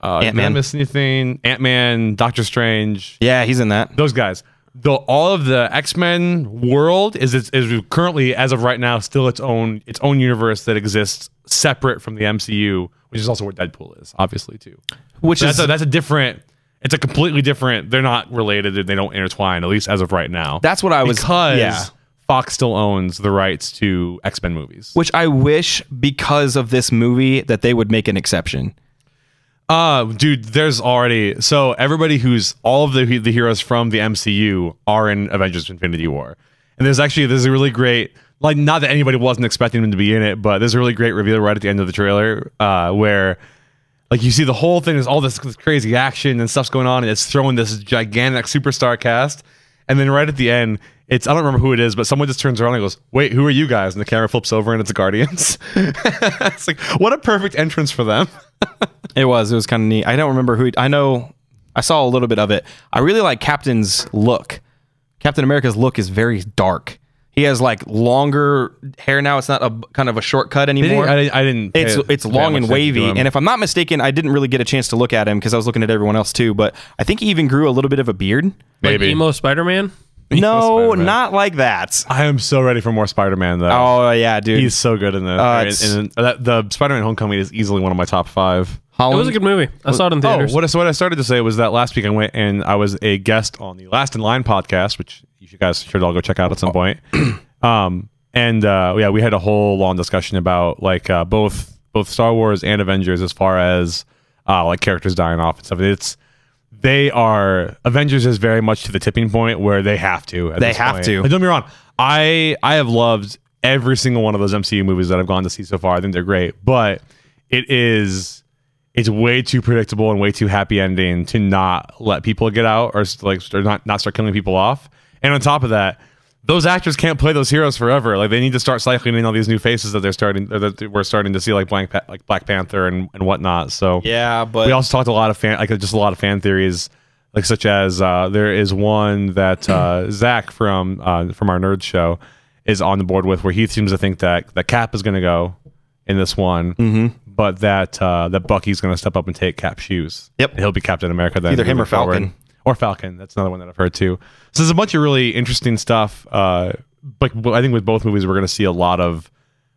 C: Uh, did I
B: Ant-Man.
C: miss anything? Ant Man, Doctor Strange
B: Yeah, he's in that.
C: those guys. The all of the X Men world is is is currently as of right now still its own its own universe that exists separate from the MCU, which is also where Deadpool is, obviously too.
B: Which
C: So
B: is
C: that's a, that's a different. It's a completely different. They're not related. and They don't intertwine, at least as of right now.
B: That's what I was.
C: because
B: yeah.
C: Fox still owns the rights to X Men movies.
B: Which I wish because of this movie that they would make an exception.
C: Uh, dude, there's already so everybody who's all of the the heroes from the MCU are in Avengers: Infinity War, and there's actually there's a really great like not that anybody wasn't expecting them to be in it, but there's a really great reveal right at the end of the trailer uh, where like you see the whole thing is all this crazy action and stuff's going on, and it's throwing this gigantic superstar cast, and then right at the end. It's I don't remember who it is, but someone just turns around and goes, "Wait, who are you guys?" And the camera flips over, and it's Guardians. it's like what a perfect entrance for them.
B: It was. It was kind of neat. I don't remember who. I know. I saw a little bit of it. I really like Captain's look. Captain America's look is very dark. He has like longer hair now. It's not a kind of a shortcut anymore.
C: I didn't- I didn't pay-
B: It's it's
C: pay
B: long and
C: much attention
B: wavy.
C: to him.
B: And if I'm not mistaken, I didn't really get a chance to look at him because I was looking at everyone else too. But I think he even grew a little bit of a beard.
D: Like emo Spider Man.
B: No,
C: Spider-Man.
B: not like that.
C: I am so ready for more Spider-Man though.
B: Oh yeah, dude.
C: He's so good in the
B: Uh,
C: in-
B: it's-
C: in- that- the Spider-Man Homecoming is easily one of my top five.
D: It
B: Holland-
D: was a good movie. I saw it in
C: Oh,
D: theaters.
C: what I, so what I started to say was that last week I went and I was a guest on the Last in Line podcast, which you guys should all go check out
B: Oh.
C: at some point. Um, and uh, yeah, we had a whole long discussion about like uh, both both Star Wars and Avengers as far as uh, like characters dying off and stuff. It's they are Avengers is very much to the tipping point where they have to. at
B: They
C: this
B: have
C: point.
B: to.
C: Like, don't be wrong. I I have loved every single one of those MCU movies that I've gone to see so far. I think they're great, but it is it's way too predictable and way too happy ending to not let people get out or s- like or not not start killing people off. And on top of that, those actors can't play those heroes forever. Like they need to start cycling in all these new faces that they're starting or that we're starting to see like blank Pa- like Black Panther and and whatnot. So
B: Yeah, but
C: we also talked a lot of fan, like just a lot of fan theories, like such as uh, there is one that uh, Zach from uh, from our nerd show is on the board with, where he seems to think that that Cap is going to go in this one,
B: Mm-hmm.
C: but that uh, that Bucky's going to step up and take Cap's shoes.
B: Yep.
C: And he'll be Captain America then,
B: Either him
C: moving
B: or Falcon.
C: forward. or Falcon. That's another one that I've heard too. So there's a bunch of really interesting stuff. Uh, but I think with both movies, we're going to see a lot of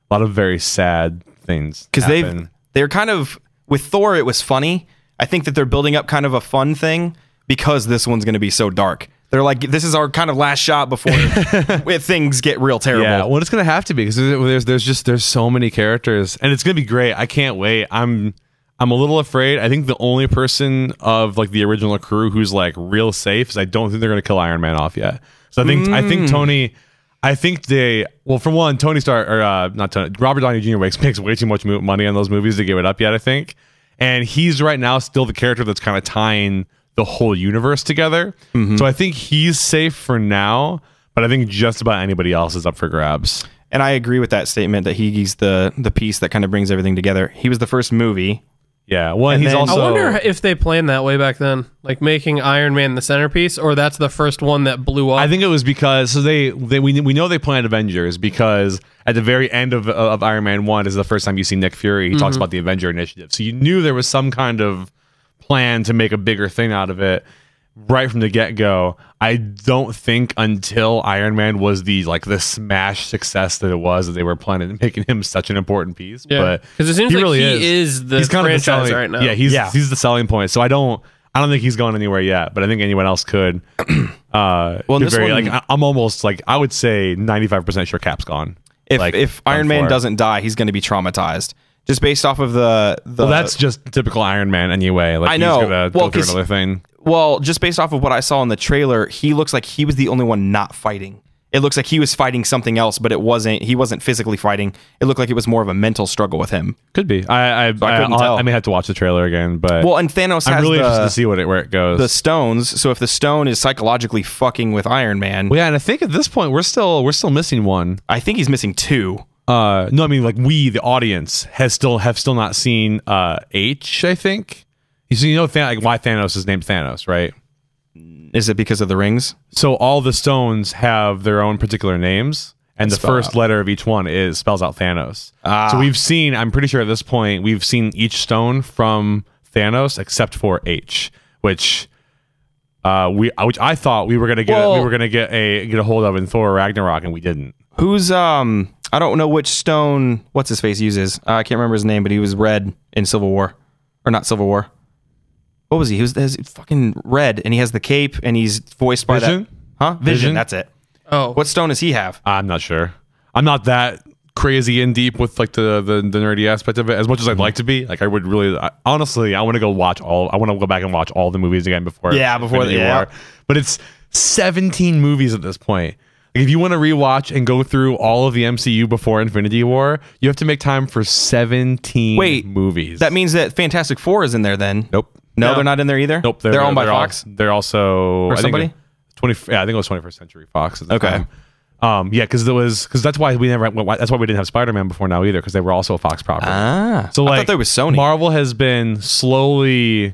C: a lot of very sad things
B: because
C: happen.
B: they've they're kind of with Thor. It was funny. I think that they're building up kind of a fun thing because this one's going to be so dark. They're like, this is our kind of last shot before if things get real terrible.
C: Yeah, well, it's gonna have to be because there's, there's there's just there's so many characters, and it's gonna be great. I can't wait. I'm I'm a little afraid. I think the only person of like the original crew who's like real safe is I don't think they're gonna kill Iron Man off yet. So I think I think Tony. I think they well, for one, Tony Stark or uh, not Tony, Robert Downey Jr. makes makes way too much mo- money on those movies to give it up yet. I think, and he's right now still the character that's kind of tying the whole universe together. So I think he's safe for now, but I think just about anybody else is up for grabs.
B: And I agree with that statement that he's the the piece that kind of brings everything together. He was the first movie.
C: Yeah. Well, and he's
B: then- I
D: I
C: also
D: wonder if they planned that way back then, like making Iron Man the centerpiece, or that's the first one that blew up.
C: I think it was because so they, they we we know they planned Avengers because at the very end of of Iron Man one is the first time you see Nick Fury. He
D: Mm-hmm.
C: talks about the Avenger Initiative, so you knew there was some kind of plan to make a bigger thing out of it right from the get go. I don't think until Iron Man was the like the smash success that it was that they were planning on making him such an important piece.
D: yeah,
C: But
D: because it seems
C: he
D: like
C: really
D: he is, the
C: the
D: franchise
C: selling,
D: right now.
C: Yeah, he's
B: Yeah.
C: he's the selling point. So I don't I don't think he's going anywhere yet, but I think anyone else could. Uh, well,
B: and
C: this
B: this
C: very,
B: one-
C: like I- I'm almost like I would say 95 percent sure Cap's gone.
B: If
C: Like,
B: if
C: done
B: Iron Man
C: for.
B: doesn't die, he's going to be traumatized. Just based off of the the
C: well, that's just typical Iron Man anyway. Like
B: uh, I
C: he's
B: know.
C: gonna
B: Well,
C: go through
B: 'cause-
C: another thing.
B: well, just based off of what I saw in the trailer, he looks like he was the only one not fighting. It looks like he was fighting something else, but it wasn't. He wasn't physically fighting. It looked like it was more of a mental struggle with him.
C: Could be. I I I,
B: I couldn't
C: I'll-
B: tell.
C: I may have to watch the trailer again, but
B: Well, and Thanos
C: I'm
B: has
C: really
B: the,
C: interested to see what it where it goes.
B: the stones. So if the stone is psychologically fucking with Iron Man,
C: well, yeah, and I think at this point we're still we're still missing one.
B: I think he's missing two.
C: Uh, no, I mean like we, the audience, has still have still not seen uh H. I think you see, you know, Than- like why Thanos is named Thanos, right?
B: Is it because of the rings?
C: So all the stones have their own particular names, and the
B: spell Ah.
C: first letter of each one is spells out Thanos. So we've seen, I'm pretty sure at this point, we've seen each stone from Thanos except for H, which uh, we which I thought we were gonna get we
B: Well-
C: were gonna get a get a hold of in Thor Ragnarok, and we didn't.
B: Who's um? I don't know which stone. What's his face uses? Uh, I can't remember his name, but he was red in Civil War, or not Civil War. What was he? He was, he was fucking red, and he has the cape, and he's voiced by
C: Vision?
B: that. Huh? Vision,
C: Vision?
B: That's it.
D: oh,
B: What stone does he have?
C: I'm not sure. I'm not that crazy in deep with like the the, the nerdy aspect of it as much as I'd
B: Mm-hmm.
C: like to be. Like I would really I, honestly, I want to go watch all. I want to go back and watch all the movies again before.
B: Yeah, before the-
C: Infinity
B: yeah.
C: But it's 17 movies at this point. Like, if you want to rewatch and go through all of the MCU before Infinity War, you have to make time for 17
B: Wait,
C: movies.
B: That means that Fantastic Four is in there then.
C: nope.
B: No, they're not in there either.
C: Nope,
B: They're, owned by Fox.
C: they're also I think,
B: somebody?
C: Twenty, yeah, I think it was 21st Century Fox. At the
B: Okay.
C: time. Um, yeah, because there was because that's why we never why- that's why we didn't have Spider Man before now either because they were also a Fox property.
B: Ah,
C: so
B: I
C: like
B: thought there was Sony.
C: Marvel has been slowly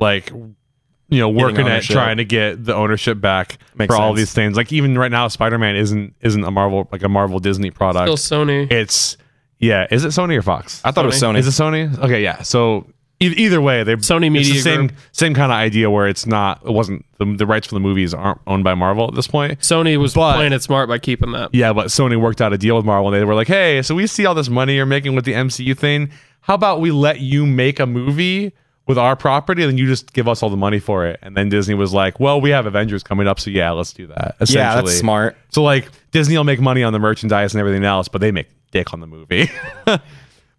C: like you know working at
B: ownership.
C: trying to get the ownership back for all
B: sense.
C: these things. Like even right now, Spider Man isn't isn't a Marvel like a Marvel Disney product.
D: still Sony.
C: it's yeah, is it Sony or Fox?
B: I thought it was Sony.
C: Is it Sony? Okay, yeah. So e- either way, they
D: Sony
C: it's
D: Media
C: the same
D: Group.
C: same kind of idea where it's not it wasn't the, the rights for the movies aren't owned by Marvel at this point.
D: Sony was
C: But-
D: playing it smart by keeping that.
C: Yeah, but Sony worked out a deal with Marvel and they were like, "Hey, so we see all this money you're making with the MCU thing. How about we let you make a movie with our property and then you just give us all the money for it?" And then Disney was like, "Well, we have Avengers coming up, so yeah, let's do that."
B: yeah, that's
C: essentially.
B: smart.
C: So like Disney will make money on the merchandise and everything else, but they make dick on the movie.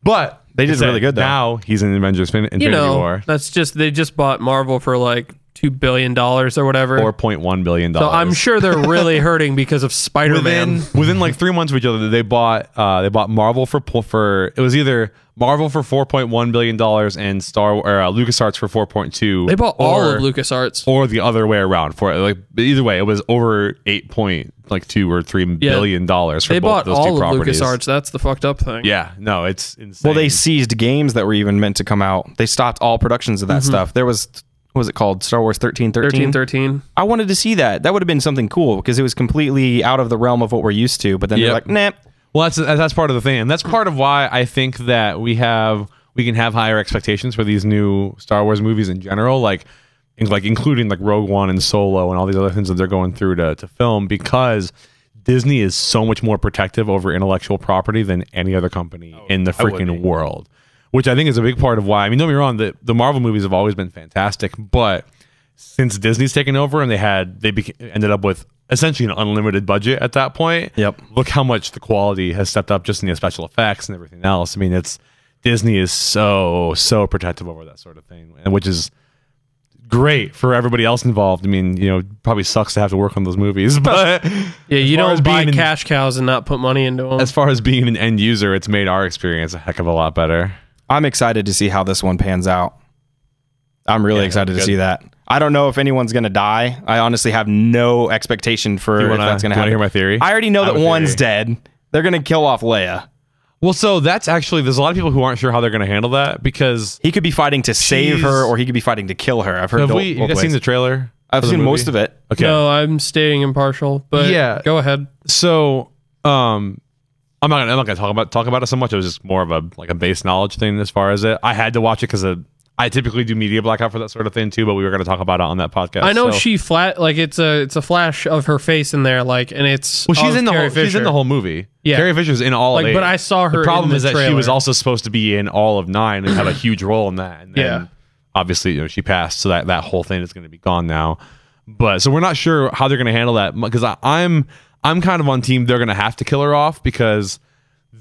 C: but
B: They did
C: it's that
B: really good, though.
C: Now he's in Avengers fin- Infinity
D: you know,
C: War,
D: that's just they just bought Marvel for like two billion dollars or whatever.
C: four point one billion
D: so
C: dollars.
D: I'm sure they're really hurting because of Spider
C: within
D: Man.
C: within like three months of each other, they bought uh, they bought Marvel for po- for it was either Marvel for four point one billion dollars and Star or uh, LucasArts for four point two.
D: They bought all of LucasArts.
C: or the other way around for it. Like either way, it was over eight point like two or three billion dollars for
D: They bought
C: both those two
D: all of
C: properties.
D: LucasArts. That's the fucked up thing.
C: Yeah, no, it's insane.
B: Well, they seized games that were even meant to come out. They stopped all productions of that stuff. There was what was it called? Star Wars Mm-hmm. thirteen
D: Thirteen, thirteen.
B: I wanted to see that. That would have been something cool because it was completely out of the realm of what we're used to. But then
C: Yep.
B: they're like, nah.
C: Well, that's that's part of the thing, and that's part of why I think that we have we can have higher expectations for these new Star Wars movies in general, like in- like including like Rogue One and Solo and all these other things that they're going through to to film because Disney is so much more protective over intellectual property than any other company in the freaking world, which I think is a big part of why. I mean, don't get me wrong, the the Marvel movies have always been fantastic, but since Disney's taken over and they had they beca- ended up with essentially an unlimited budget at that point.
B: Yep.
C: Look how much the quality has stepped up just in the special effects and everything else. I mean, it's Disney is so so protective over that sort of thing, and which is great for everybody else involved. I mean, you know, probably sucks to have to work on those movies, but
D: Yeah, you
C: far as
D: don't buy
C: being in-
D: cash cows and not put money into them.
C: as far as being an end user, it's made our experience a heck of a lot better.
B: I'm excited to see how this one pans out. I'm really excited to
C: good.
B: see that. I don't know if anyone's going to die. I honestly have no expectation for
C: You
B: if
C: wanna-
B: that's going to
C: you
B: happen.
C: wanna hear my theory?
B: I already know
C: I have
B: that
C: a
B: one's dead. They're going to kill off Leia.
C: Well, so that's actually there's a lot of people who aren't sure how they're going to handle that because
B: He could be fighting to save
C: She's-
B: her, or he could be fighting to kill her. I've heard.
C: have
B: the-
C: we you
B: both
C: guys seen
B: ways.
C: the trailer?
B: I've
C: for the
B: seen
C: movie?
B: most of it.
C: Okay,
D: No, I'm staying impartial, but
C: Yeah.
D: yeah, go ahead.
C: so um, I'm not gonna, I'm not going to talk about talk about it so much. It was just more of a like a base knowledge thing as far as it. I had to watch it because I typically do media blackout for that sort of thing too, but we were going to talk about it on that podcast.
D: I know
C: so-
D: she flat like it's a it's a flash of her face in there, like, and it's
C: Well, she's
D: of
C: in the
D: Carrie
C: whole, she's in
D: Fisher.
C: the whole movie.
D: Yeah.
C: Carrie Fisher's in all
D: Like,
C: of eight.
D: but I saw her
C: The problem
D: in the
C: is that she was
D: trailer.
C: also supposed to be in all of nine and had a huge role in that. And then
D: Yeah.
C: obviously, you know, she passed, so that that whole thing is going to be gone now. But so we're not sure how they're going to handle that because I'm I'm kind of on team. They're going to have to kill her off because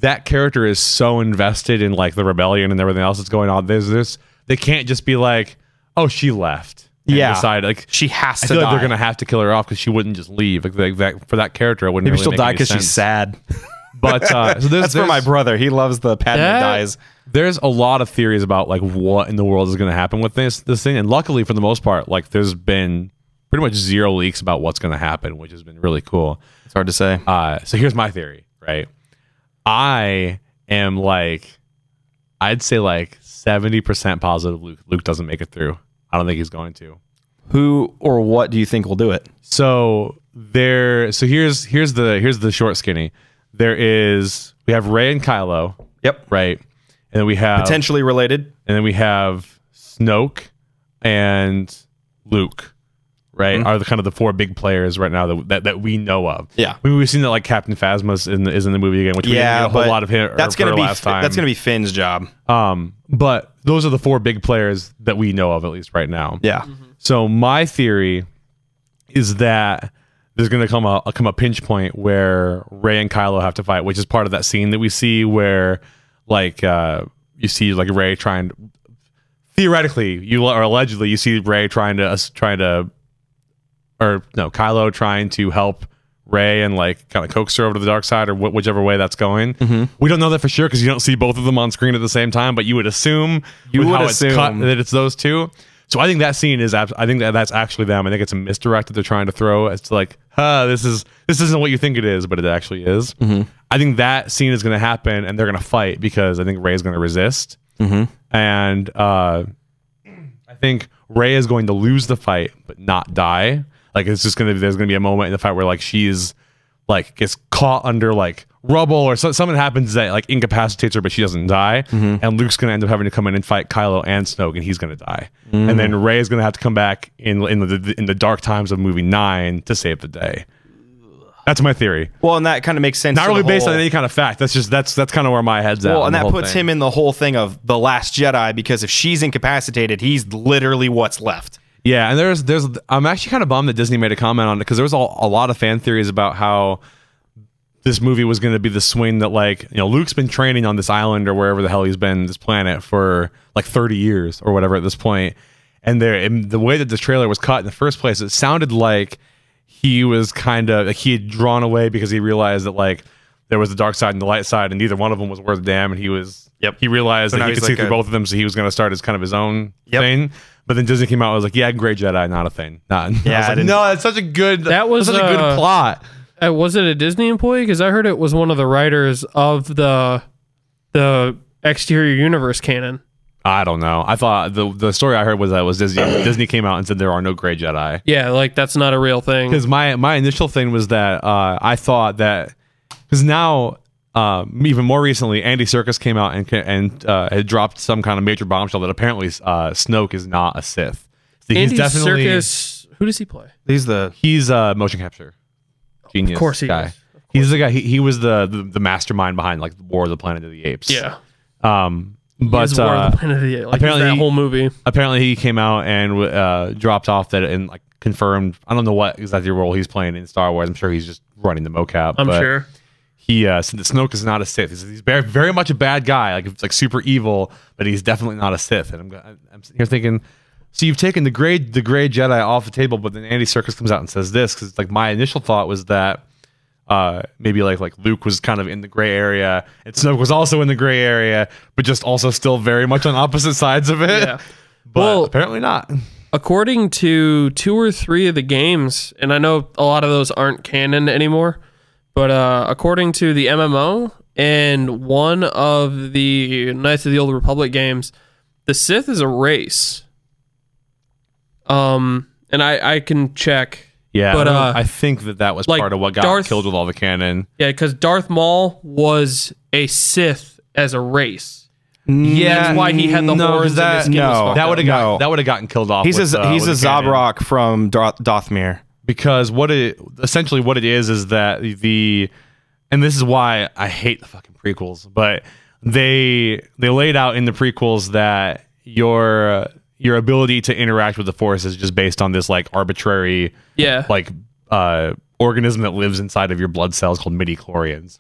C: that character is so invested in like the rebellion and everything else that's going on. There's this they can't just be like, oh, she left. and
B: Yeah.
C: decide like
B: She has
C: I
B: to
C: feel like
B: die.
C: they're gonna have to kill her off because she wouldn't just leave. Like, like that for that character, it wouldn't
B: Maybe
C: really
B: she'll
C: make
B: die
C: any
B: because she's sad.
C: sense. But uh, so there's,
B: That's for
C: there's,
B: my brother. He loves the Padme
D: That-
B: dies.
C: there's a lot of theories about like what in the world is gonna happen with this this thing, and luckily for the most part, like there's been pretty much zero leaks about what's gonna happen, which has been really cool.
B: It's hard to say.
C: Uh, so here's my theory, right? I am like, I'd say like seventy percent positive Luke Luke doesn't make it through. I don't think he's going to.
B: Who or what do you think will do it?
C: So there. So here's here's the here's the short skinny. There is we have Ray and Kylo,
B: Yep.
C: right? And then we have
B: Potentially related.
C: and then we have Snoke and Luke, right? Are the kind of the four big players right now that that, that we know of.
B: Mm-hmm. Yeah.
C: I mean, we've seen that like Captain Phasma's in the, is in the movie again, which we didn't get a whole
B: but
C: lot of him.
B: That's
C: going
B: gonna
C: to
B: be
C: last time.
B: that's gonna be Finn's job.
C: Um, but those are the four big players that we know of at least right now.
B: Yeah.
D: Mm-hmm.
C: So my theory is that there's going to come a come a pinch point where Ray and Kylo have to fight, which is part of that scene that we see where like uh, you see like Ray trying theoretically you or allegedly you see Ray trying to us trying to or no Kylo trying to help Ray and like kind of coax her over to the dark side or wh- whichever way that's going.
B: Mm-hmm.
C: We don't know that for sure because you don't see both of them on screen at the same time, but you would assume you
B: would
C: it's cut
B: assume.
C: that it's those two. So I think that scene is abs- I think that that's actually them. I think it's a misdirect that they're trying to throw. It's like, huh, this is this isn't what you think it is, but it actually is.
B: Mm-hmm.
C: I think that scene is going to happen and they're going to fight because I think Ray's going to resist
B: Mm-hmm.
C: and uh, I think Ray is going to lose the fight but not die. Like it's just gonna be there's gonna be a moment in the fight where like she's like gets caught under like rubble or so, something happens that like incapacitates her but she doesn't die
B: Mm-hmm.
C: and Luke's gonna end up having to come in and fight Kylo and Snoke and he's gonna die
B: Mm.
C: and then Ray is gonna have to come back in in the in the dark times of movie nine to save the day. That's my theory.
B: Well, and that kind of makes sense.
C: Not
B: to the
C: really based on
B: whole-
C: any kind of fact. That's just that's that's kind of where my head's at.
B: Well,
C: on
B: and
C: the
B: that
C: whole
B: puts
C: thing.
B: him in the whole thing of the Last Jedi because if she's incapacitated, he's literally what's left.
C: Yeah, and there's there's I'm actually kind of bummed that Disney made a comment on it because there was a, a lot of fan theories about how this movie was going to be the swing that like you know Luke's been training on this island or wherever the hell he's been this planet for like 30 years or whatever at this point, and there and the way that the trailer was cut in the first place, it sounded like he was kind of like he had drawn away because he realized that like there was the dark side and the light side and neither one of them was worth a damn and he was
B: Yep.
C: he realized
B: So
C: that
B: now
C: he
B: he's
C: could see
B: like
C: through
B: a-
C: both of them so he was going to start as kind of his own
B: Yep.
C: thing but then Disney came out and was like yeah gray Jedi not a thing not
B: Yeah,
C: I was
B: I
C: like,
B: didn't-
C: no that's such a good
D: That was,
C: such a good
D: uh,
C: plot
D: Uh, was it a Disney employee? Because I heard it was one of the writers of the the exterior universe canon.
C: I don't know I thought the the story I heard was that it was Disney Disney came out and said there are no gray Jedi
D: Yeah, like that's not a real thing.
C: because my my initial thing was that uh, I thought that because now um, even more recently Andy Circus came out and ca- and uh, had dropped some kind of major bombshell that apparently uh, Snoke is not a Sith. So
D: Andy Circus. Who does he play?
B: He's the
C: He's a uh, motion capture genius. Of
D: course he
C: guy.
D: is. Of
C: He's the guy. He, he was the, the the mastermind behind like War of the Planet of the Apes.
D: Yeah,
C: Um.
D: He's
C: But
D: War of
C: uh,
D: the Planet of the Apes. Like,
C: apparently
D: apparently, that
C: he-
D: whole movie.
C: apparently he came out and uh, dropped off that and like confirmed. I don't know what exactly role he's playing in Star Wars. I'm sure he's just running the mocap.
D: I'm
C: but-
D: sure.
C: he uh, said that Snoke is not a Sith. He said he's very, very much a bad guy, like it's like super evil, but he's definitely not a Sith. And I'm, go- I'm, I'm sitting here thinking, so you've taken the gray the gray Jedi off the table, but then Andy Circus comes out and says this because like my initial thought was that uh, maybe like like Luke was kind of in the gray area and Snoke was also in the gray area, but just also still very much on opposite sides of it.
D: Yeah.
C: But
D: Well-
C: apparently not.
D: According to two or three of the games, and I know a lot of those aren't canon anymore, but uh, according to the MMO and one of the Knights of the Old Republic games, the Sith is a race. Um, and I, I can check.
C: Yeah,
D: But,
C: I don't-
D: uh,
C: I think that that was
D: like
C: part of what got
D: Darth-
C: killed with all the canon.
D: Yeah, because Darth Maul was a Sith as a race.
B: Yeah,
D: That's why he had the
C: no,
D: horns and
C: that-
D: his skin was
B: no,
D: fucked
C: That
D: up.
C: would have got
B: No.
C: that would have gotten killed off.
B: he's
C: with,
B: a
C: uh,
B: he's a
C: with the canon.
B: Zabrak from Doth- Dothmir.
C: because what it essentially what it is is that the and this is why I hate the fucking prequels, but they they laid out in the prequels that your your ability to interact with the force is just based on this like arbitrary
D: Yeah.
C: like uh organism that lives inside of your blood cells called midi chlorians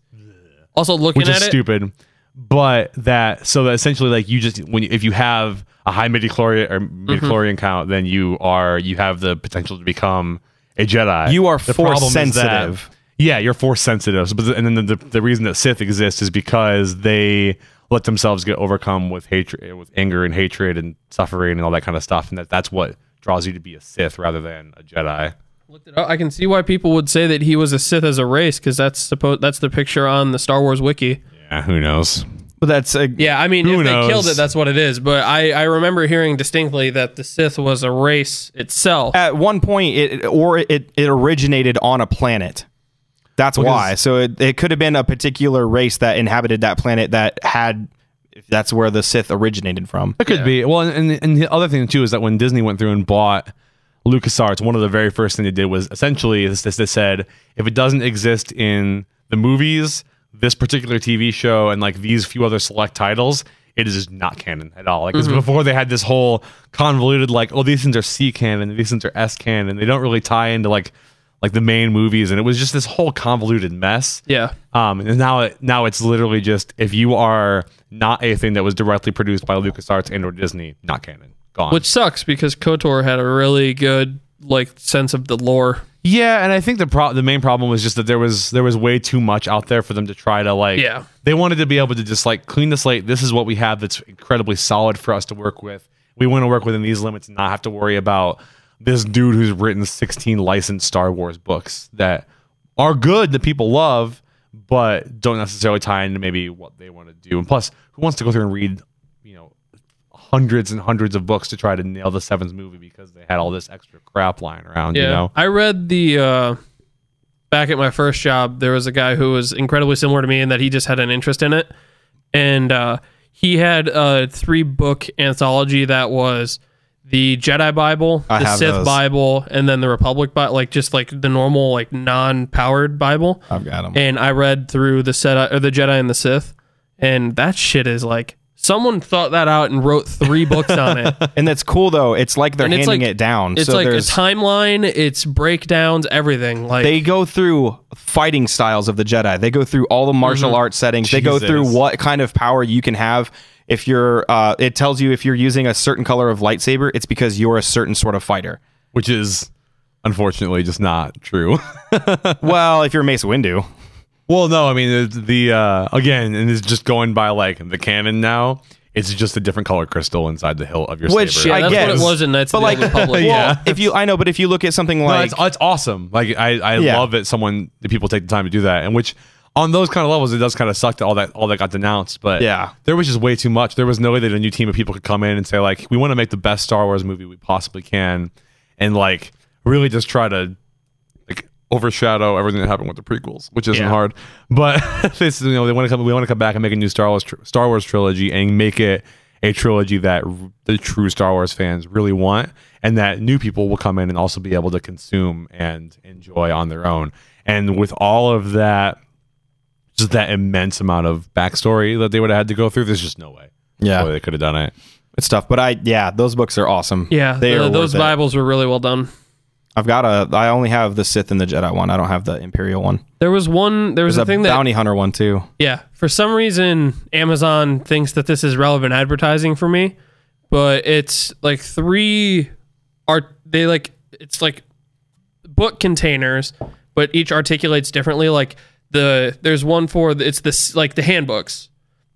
D: also, looking
C: which
D: at
C: is
D: it,
C: stupid. But that so that essentially like you just when you, if you have a high midichlorian or midichlorian
B: Mm-hmm.
C: count, then you are you have the potential to become a Jedi.
B: You are
C: The
B: force
C: problem is that-
B: sensitive.
C: yeah, you're force sensitive. So, but the- and then the, the, the reason that Sith exists is because they let themselves get overcome with hatred, with anger and hatred and suffering and all that kind of stuff, and that that's what draws you to be a Sith rather than a Jedi.
D: looked it up, Oh, I can see why people would say that he was a Sith as a race because that's supposed that's the picture on the Star Wars wiki.
C: Yeah, who knows?
B: But that's a,
D: Yeah, I mean,
C: Who
D: if
C: knows?
D: they killed it, that's what it is. But I, I remember hearing distinctly that the Sith was a race itself.
B: at one point it or it it originated on a planet. That's why. So it, it could have been a particular race that inhabited that planet that had. That's where the Sith originated from.
C: It could be. Well, and, and and the other thing too is that when Disney went through and bought LucasArts, one of the very first thing they did was essentially this, this, they said if it doesn't exist in the movies, this particular TV show, and like these few other select titles, it is just not canon at all. Like 'cause before they had this whole convoluted like, oh, these things are C canon, these things are S canon, they don't really tie into like like the main movies, and it was just this whole convoluted mess.
D: Yeah.
C: Um, and now it now it's literally just if you are not a thing that was directly produced by LucasArts and or Disney, not canon. Gone.
D: Which sucks because KOTOR had a really good like sense of the lore.
C: yeah, and I think the pro- the main problem was just that there was there was way too much out there for them to try to like
D: Yeah.
C: they wanted to be able to just like clean the slate. This is what we have that's incredibly solid for us to work with. We want to work within these limits and not have to worry about this dude who's written 16 licensed Star Wars books that are good that people love, but don't necessarily tie into maybe what they want to do. And plus, who wants to go through and read, you know, hundreds and hundreds of books to try to nail the seventh movie because they had all this extra crap lying around,
D: Yeah.
C: you know?
D: I read the uh, back at my first job, there was a guy who was incredibly similar to me in that he just had an interest in it. And uh, he had a three book anthology that was the Jedi Bible,
B: I
D: the
B: have
D: Sith
B: those.
D: Bible, and then the Republic Bible, like just like the normal, like non powered Bible.
B: I've got them.
D: and I read through the set or the Jedi and the Sith, and that shit is like someone thought that out and wrote three books on it.
B: And that's cool though. It's like they're
D: And it's
B: handing
D: like-
B: it down.
D: It's
B: so
D: like a
B: there's
D: timeline, it's breakdowns, everything. Like
B: they go through fighting styles of the Jedi. They go through all the martial
D: Mm-hmm.
B: arts settings. They go through
C: Jesus.
B: what kind of power you can have. If you're, uh, it tells you if you're using a certain color of lightsaber, it's because you're a certain sort of fighter.
C: Which is unfortunately just not true.
B: well, if you're Mace Windu,
C: Well, no, I mean the, the uh, again, and it's just going by like the canon now. It's just a different color crystal inside the hilt of your
B: Which
C: saber.
D: yeah,
B: I
D: that's
B: guess.
D: what it was in Knights
B: but
D: of the
B: like,
D: Old Republic.
B: well, if you, I know, but if you look at something
C: No,
B: like,
C: it's, it's awesome. Like I, I
B: Yeah.
C: love that someone that people take the time to do that, and which on those kind of levels, it does kind of suck that all that all that got denounced. But
B: Yeah.
C: there was just way too much. There was no way that a new team of people could come in and say like, we want to make the best Star Wars movie we possibly can, and like really just try to like overshadow everything that happened with the prequels, which isn't
B: Yeah.
C: hard. But this, you know, they want to come. We want to come back and make a new Star Wars tr- Star Wars trilogy and make it a trilogy that r- the true Star Wars fans really want, and that new people will come in and also be able to consume and enjoy on their own. And with all of that, just that immense amount of backstory that they would have had to go through, there's just no way.
B: Yeah.
C: no way they could have done it.
B: it's tough. But I, yeah, those books are awesome.
D: yeah,
B: they
D: the-
B: are
D: those
B: worth it.
D: Bibles were really well done.
B: I've got a. I only have the Sith and the Jedi one. I don't have the Imperial one.
D: There was one. There was a
B: There's a
D: thing that
B: bounty hunter one too.
D: Yeah. For some reason, Amazon thinks that this is relevant advertising for me, but it's like three are they like it's like book containers, but each articulates differently. Like the there's one for the- it's this like the handbooks.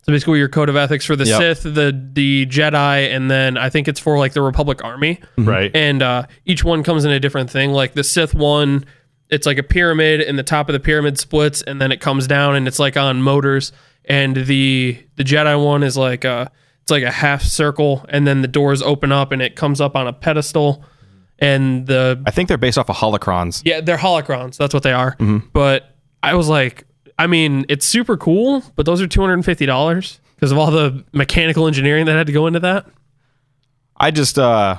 D: So basically, your code of ethics for the
B: Yep.
D: Sith, the the Jedi, and then I think it's for like the Republic Army
B: Mm-hmm.
C: right?
D: and uh, each one comes in a different thing. Like the Sith one, it's like a pyramid, and the top of the pyramid splits, and then it comes down, and it's like on motors. And the the Jedi one is like a it's like a half circle, and then the doors open up, and it comes up on a pedestal. And the
B: I think they're based off of holocrons.
D: yeah, they're holocrons. That's what they are. But I was like, I mean, it's super cool, but those are two hundred and fifty dollars because of all the mechanical engineering that had to go into that.
B: I just uh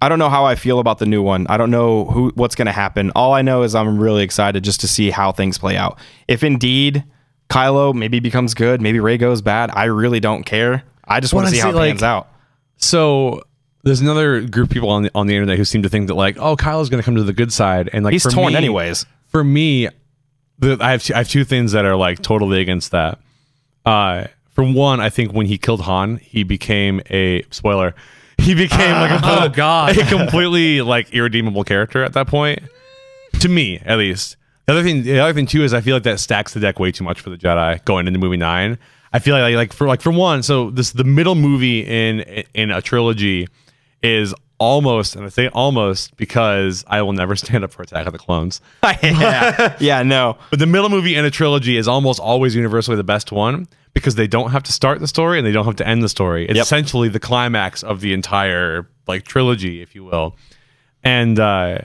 B: I don't know how I feel about the new one. I don't know who what's going to happen. All I know is I'm really excited just to see how things play out. If indeed Kylo maybe becomes good, maybe Ray goes bad, I really don't care. I just want to
C: Wanna
B: see how it
C: see, like-
B: pans out.
C: So there's another group of people on the, on the internet who seem to think that like, oh, Kyle's going to come to the good side, and like
B: He's
C: for
B: torn
C: me-
B: anyways.
C: For me, the, I have two, I have two things that are like totally against that. Uh, for one, I think when he killed Han, he became a spoiler. He became like a,
D: Oh God,
C: a completely like irredeemable character at that point. To me, at least. The other thing, the other thing too, is I feel like that stacks the deck way too much for the Jedi going into movie nine. I feel like like for like for one, so this the middle movie in in a trilogy is almost, and I say almost because I will never stand up for Attack of the Clones.
B: yeah. yeah, no.
C: But the middle movie in a trilogy is almost always universally the best one because they don't have to start the story and they don't have to end the story. It's
B: Yep.
C: essentially the climax of the entire like trilogy, if you will. And uh,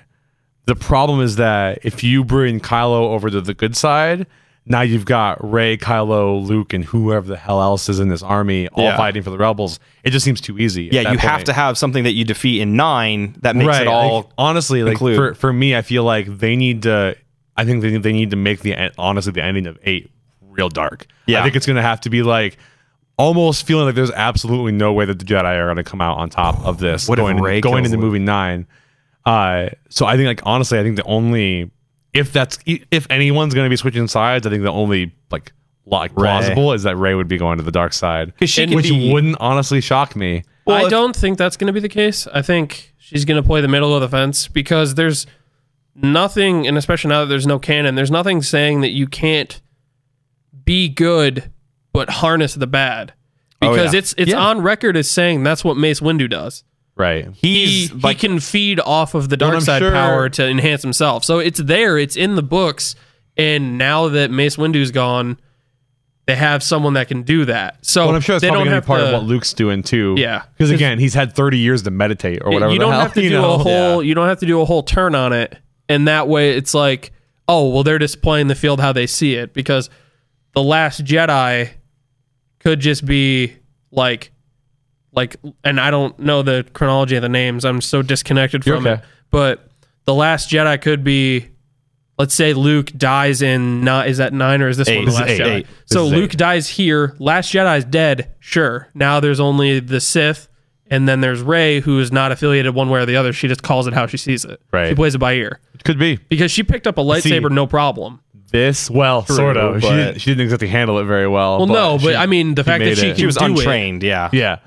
C: the problem is that if you bring Kylo over to the good side, now you've got Ray, Kylo, Luke, and whoever the hell else is in this army all
B: Yeah.
C: fighting for the rebels. It just seems too easy. at
B: Yeah, you
C: that
B: have
C: point
B: to have something that you defeat in 9 that makes it all
C: like, honestly like
B: include.
C: for, for me i feel like they need to i think they, they need to make the en- honestly the ending of eight real dark
B: Yeah.
C: i think it's gonna have to be like almost feeling like there's absolutely no way that the jedi are gonna come out on top of this
B: What if
C: going,
B: Rey
C: going
B: kills
C: into
B: Luke?
C: movie nine uh so i think like honestly i think the only if that's if anyone's gonna be switching sides i think the only like like plausible is that Ray would be going to the dark side,
B: 'Cause she could
C: which
B: be-
C: wouldn't honestly shock me.
D: I don't think that's going to be the case. I think she's going to play the middle of the fence because there's nothing, and especially now that there's no canon, there's nothing saying that you can't be good but harness the bad.
B: Oh,
D: Because
B: yeah.
D: it's it's
C: Yeah.
D: on record as saying that's what Mace Windu does.
C: Right.
D: He,
B: he's like
D: he can feed off of the
C: I'm
D: dark side
C: sure-
D: power to enhance himself. So it's there, it's in the books, and now that Mace Windu's gone, they have someone that can do that. So
C: Well, I'm sure that's
D: Oh, they
C: probably
D: don't
C: going to
D: have
C: be part
D: to-
C: of what Luke's doing too.
D: Yeah.
C: because again, he's had 30 years to meditate or whatever.
D: You
C: the
D: don't
C: hell,
D: have to
C: you
D: do
C: know?
D: a whole.
C: Yeah.
D: You don't have to do a whole turn on it, and that way it's like, oh well, they're just playing the field how they see it because the Last Jedi could just be like, like, and I don't know the chronology of the names. I'm so disconnected
C: You're
D: from
C: okay.
D: it. But the Last Jedi could be. Let's say Luke dies in not is that nine or is this one the
B: This is
D: last
B: eight.
D: Jedi?
B: Eight.
D: So
C: This is
D: Luke dies here. Last Jedi's dead. Sure. Now there's only the Sith, and then there's Rey, who is not affiliated one way or the other. She just calls it how she sees it.
C: Right.
D: She plays it by ear
C: Could be
D: because she picked up a lightsaber, no problem.
C: this. Well, sort of. She
B: but-
C: didn't, she didn't exactly handle it very well.
D: Well, no, but
C: she-
D: I mean the fact
C: made
D: that she
C: it.
D: can
B: she was
D: do it-
B: untrained, yeah.
C: yeah.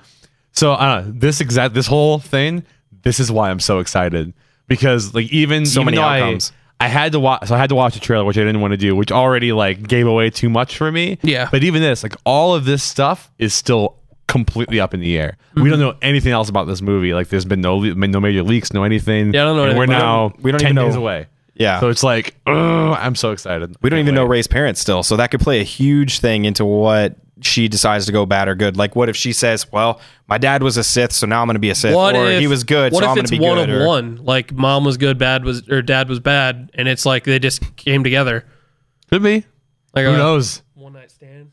C: So uh, this exact this whole thing. This is why I'm so excited because like even
B: So
C: even
B: many
C: though I-
B: outcomes.
C: I had to watch, so I had to watch a trailer, which I didn't want to do, which already like gave away too much for me.
D: Yeah.
C: But even this, like all of this stuff, is still completely up in the air. We
B: Mm-hmm.
C: don't know anything else about this movie. Like, there's been no le- no major leaks, no anything.
D: Yeah, I don't know
C: And we're
D: anything.
C: now
B: We don't
C: ten
B: even know-
C: days away.
B: Yeah.
C: So it's like, ugh, I'm so excited.
B: We don't even know Ray's parents still, so that could play a huge thing into what she decides to go bad or good. Like, what if she says, "Well, my dad was a Sith, so now I'm going to be a Sith,"
D: What
B: or
D: if
B: he was good,
D: What
B: so
D: if
B: I'm going
D: it's
B: to be
D: one
B: good?
D: of
B: or-
D: one? Like mom was good, bad was or dad was bad, and it's like they just came together.
C: Could be.
D: Like
C: Who
D: a
C: knows?
D: one night stand.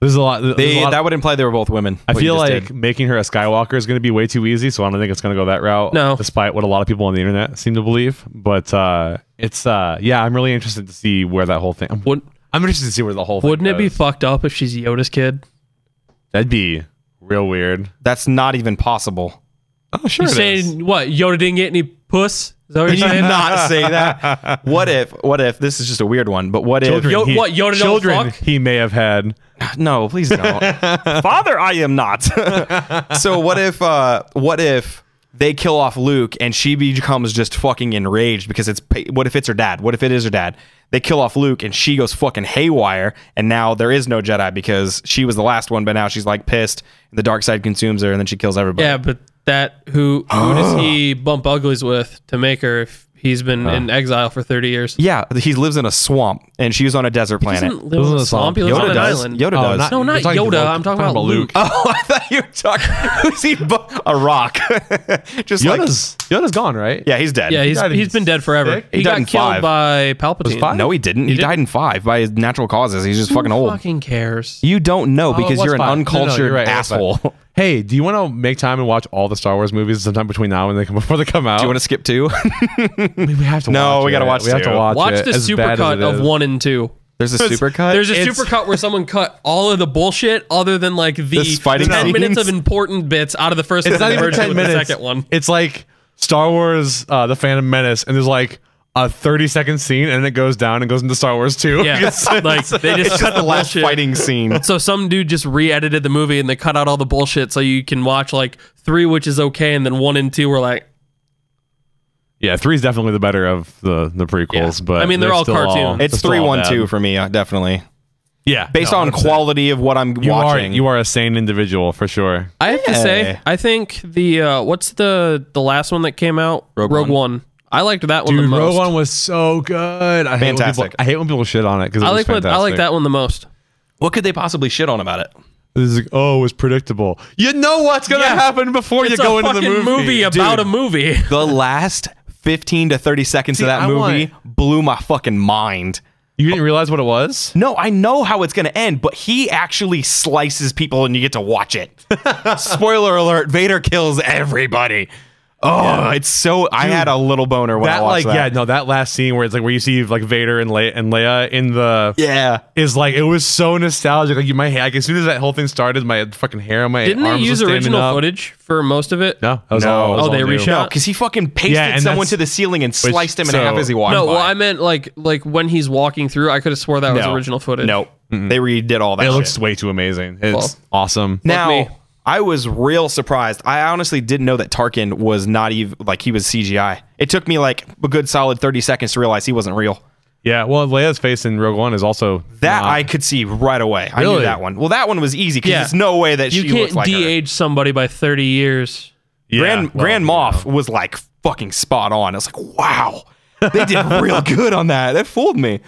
C: There's a lot. There's
B: They,
C: a lot
B: that would imply they were both women.
C: I
B: what you
C: feel
B: just
C: like
B: did.
C: making her a Skywalker is going to be way too easy, so I don't think it's going to go that route.
D: No.
C: despite what a lot of people on the internet seem to believe. But uh, it's uh, yeah, I'm really interested to see where that whole thing. I'm,
D: Would,
C: I'm interested to see where the whole.
D: wouldn't
C: thing
D: it be
C: goes.
D: fucked up if she's Yoda's kid?
C: That'd be real weird.
B: that's not even possible.
C: Oh sure,
D: You're saying what? Yoda didn't get any puss. Is that what
B: Can
D: you're
B: you
D: saying?
B: not say that? What if? What if? This is just a weird one, but what
C: Children,
D: Yo-
C: he,
D: what, Yoda don't
C: children
D: fuck?
C: he may have had.
B: if? No, please don't. Father, I am not. so what if? Uh, what if they kill off Luke and she becomes just fucking enraged because it's pa- what if it's her dad? What if it is her dad? They kill off Luke and she goes fucking haywire, and now there is no Jedi because she was the last one, but now she's like pissed. The dark side consumes her, and then she kills everybody.
D: Yeah, but that who who does he bump uglies with to make her if he's been in exile for thirty years?
B: Yeah, he lives in a swamp, and she was on a desert
D: He
B: planet.
D: doesn't live in a swamp. He lives
B: Yoda
D: on an
B: does.
D: island.
B: Yoda does.
D: No, not
C: Oh, you're talking
D: Yoda,
C: about-
D: I'm talking about Luke.
B: Oh, I thought you were talking. Who's he? bu- A rock. Just like
C: Yoda's Yoda's gone, right?
B: yeah, he's dead.
D: Yeah, he's
C: died in
D: he's been dead forever.
C: six?
B: He
D: He,
B: died
D: got
B: in
D: killed
B: five.
D: by Palpatine.
B: Five? No, he didn't. He, died in five by his natural causes. He's just fucking
D: Who
B: old.
D: fucking cares?
B: You don't know
C: Oh, it
B: because
C: was
B: you're an
C: five. No, no,
B: uncultured
C: you're right, it was
B: asshole.
C: five. Hey, do you want to make time and watch all the Star Wars movies sometime between now and they come before they come out?
B: Do you want to skip two?
C: we have to.
B: No,
C: watch
B: we gotta
C: it.
B: watch
C: We have
B: two.
C: to watch,
D: Watch
C: it,
D: the
C: as bad as
D: supercut
C: it is.
D: of one and two.
B: There's a supercut.
D: There's a
B: It's-
D: supercut where someone cut all of the bullshit other than like the
B: This fighting
D: ten
B: scenes?
D: minutes of important bits out of the first
C: It's
D: one
C: not
D: and
C: even
D: merged it
C: ten
D: with
C: minutes.
D: the second one.
C: It's like Star Wars, uh, the Phantom Menace, and there's like a 30 second scene, and it goes down and goes into Star Wars two.
D: Yeah,
C: It's-
D: like they just cut
B: It's just the last
D: bullshit.
B: fighting scene.
D: So some dude just re-edited the movie and they cut out all the bullshit so you can watch like three, which is okay, and then one and two were like,
C: yeah, three's definitely the better of the the prequels,
D: Yeah.
C: but
D: I mean, they're all
C: still
D: cartoon.
C: they're
B: It's
C: still
B: three
C: all
B: one
C: bad.
B: two for me, uh, definitely.
C: Yeah,
B: Based
C: no,
B: on quality of what I'm
C: you are
B: watching.
C: you are a sane individual for sure.
D: I have to
B: Hey.
D: say, I think the uh, what's the the last one that came out, Rogue, One. I liked that one the
C: Dude,
D: most.
C: Rogue One was so good. I hate when people-
B: Fantastic.
C: I hate when people shit on it because
D: I like what, I like that one the most.
B: what could they possibly shit on about it?
C: This is like, oh, it was predictable. You know what's gonna
D: Yeah.
C: happen before you
D: It's
C: go
D: a
C: into the
D: fucking
C: movie.
D: about a movie.
B: The last 15 to 30 seconds
C: See,
B: of that
C: I
B: movie blew my fucking mind.
C: You didn't realize what it was?
B: No, I know how it's going to end, but he actually slices people and you get to watch it. Spoiler alert, Vader kills everybody. Oh, it's so I had a little boner when I
C: That like
B: watched
C: yeah
B: that.
C: no that last scene where it's like where you see like Vader and Le- and Leia in the
B: Yeah, yeah.
C: is like it was so nostalgic like you my like as soon as that whole thing started my fucking hair on my
D: Didn't they
C: arms was
D: use
C: standing
D: original
C: up.
D: footage for most of it?
C: No, that was
B: No.
C: all. that was
D: Oh, they
C: all new.
D: reshot?
B: No, because he fucking pasted
C: Yeah, and
B: someone
C: that's-
B: to the ceiling and sliced him in
C: so-
B: half as he walked.
D: No,
B: by.
D: well, I meant like like when he's walking through. I could have swore that was
B: No.
D: original footage.
B: Nope, they redid all that.
C: It
B: shit.
C: looks way too amazing. It's
D: Well.
C: awesome.
B: Now,
D: me.
B: I was real surprised. I honestly didn't know that Tarkin was not even like he was CGI. It took me like a good solid 30 seconds to realize he wasn't real.
C: yeah, well, Leia's face in Rogue One is also
B: That
C: not-
B: I could see right away. I knew
C: Really?
B: that one. Well, that one was easy because
D: Yeah.
B: there's no way that
D: you
B: she
D: can't
B: looked like her.
D: de-age somebody by thirty years.
C: yeah,
B: Grand
C: well,
B: Grand
D: Oh,
C: you know.
B: Moff was like fucking spot on. I was like, wow, they did real good on that. That fooled me.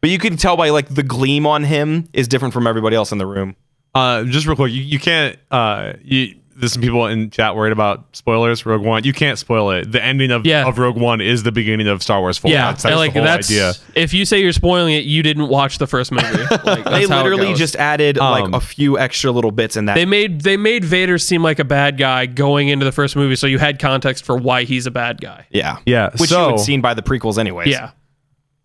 B: But you could tell by like the gleam on him is different from everybody else in the room.
C: Uh, just real quick, you, you can't. Uh, you, there's some people in chat worried about spoilers. Rogue One, you can't spoil it. The ending of,
D: Yeah.
C: of Rogue One is the beginning of Star Wars Four. that's, that's
D: like
C: the whole
D: that's
C: idea.
D: if you say you're spoiling it, you didn't watch the first movie. Like, that's
B: They
D: how it
B: literally
D: goes.
B: just added like
C: Um,
B: a few extra little bits in that.
D: they made they made Vader seem like a bad guy going into the first movie, so you had context for why he's a bad guy.
B: yeah,
C: Yeah,
B: which you
C: so-
B: had seen by the prequels, anyways.
D: Yeah,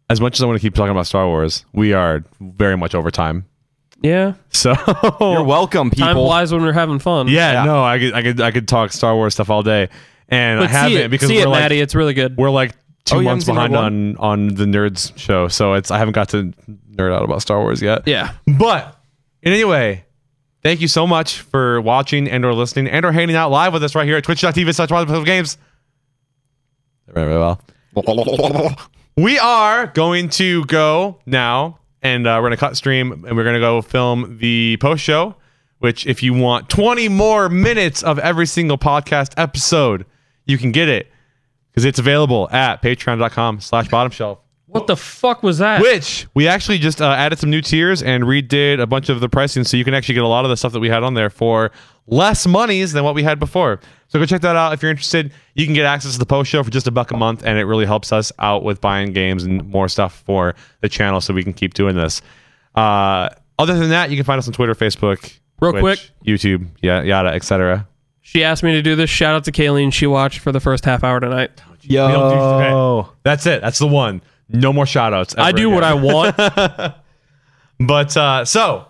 C: As much as I want to keep talking about Star Wars, we are very much over time.
D: yeah.
C: So
B: you're welcome, people.
D: Time flies when we're having fun.
C: yeah,
B: Yeah.
C: no, I could, I could, I could talk Star Wars stuff all day, and
D: but
C: I haven't
D: see it,
C: because
D: see
C: we're
D: it,
C: like
D: Maddie. It's really good.
C: we're like two
B: Oh, you
C: months
B: haven't seen
C: behind
B: Rogue
C: on on the Nerds show, so it's I haven't got to nerd out about Star Wars yet.
D: Yeah.
C: But in any way, thank you so much for watching and or listening and or hanging out live with us right here at twitch.tv slash Wild games. Very, very well. We are going to go now and uh, we're going to cut stream and we're going to go film the post show, which if you want 20 more minutes of every single podcast episode, you can get it because it's available at patreon.com slash bottom shelf
D: What the fuck was that?
C: which we actually just uh, added some new tiers and redid a bunch of the pricing, so you can actually get a lot of the stuff that we had on there for less monies than what we had before. So go check that out if you're interested. You can get access to the post show for just a buck a month, and it really helps us out with buying games and more stuff for the channel, so we can keep doing this. Uh, other than that, you can find us on Twitter, Facebook,
D: Real
C: Twitch,
D: quick.
C: YouTube, yeah, yada, etc.
D: She asked me to do this. Shout out to Kayleen. She watched for the first half hour tonight.
C: We don't do- okay. That's it. That's the one. No more shout outs.
D: I do what I want.
C: But uh, so,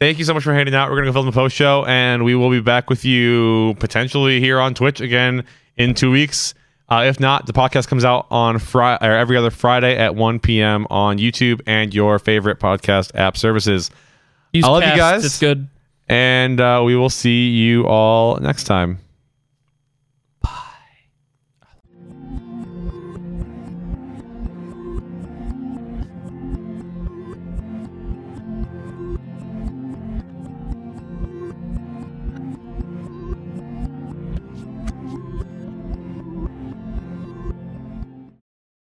C: thank you so much for hanging out. We're gonna go film the post show, and we will be back with you potentially here on Twitch again in two weeks. Uh, Uh, if not, the podcast comes out on Friday or every other Friday at 1 p.m. on YouTube and your favorite podcast app services.
D: Use
C: I love you
D: cast,
C: guys.
D: It's good.
C: And uh, we will see you all next time.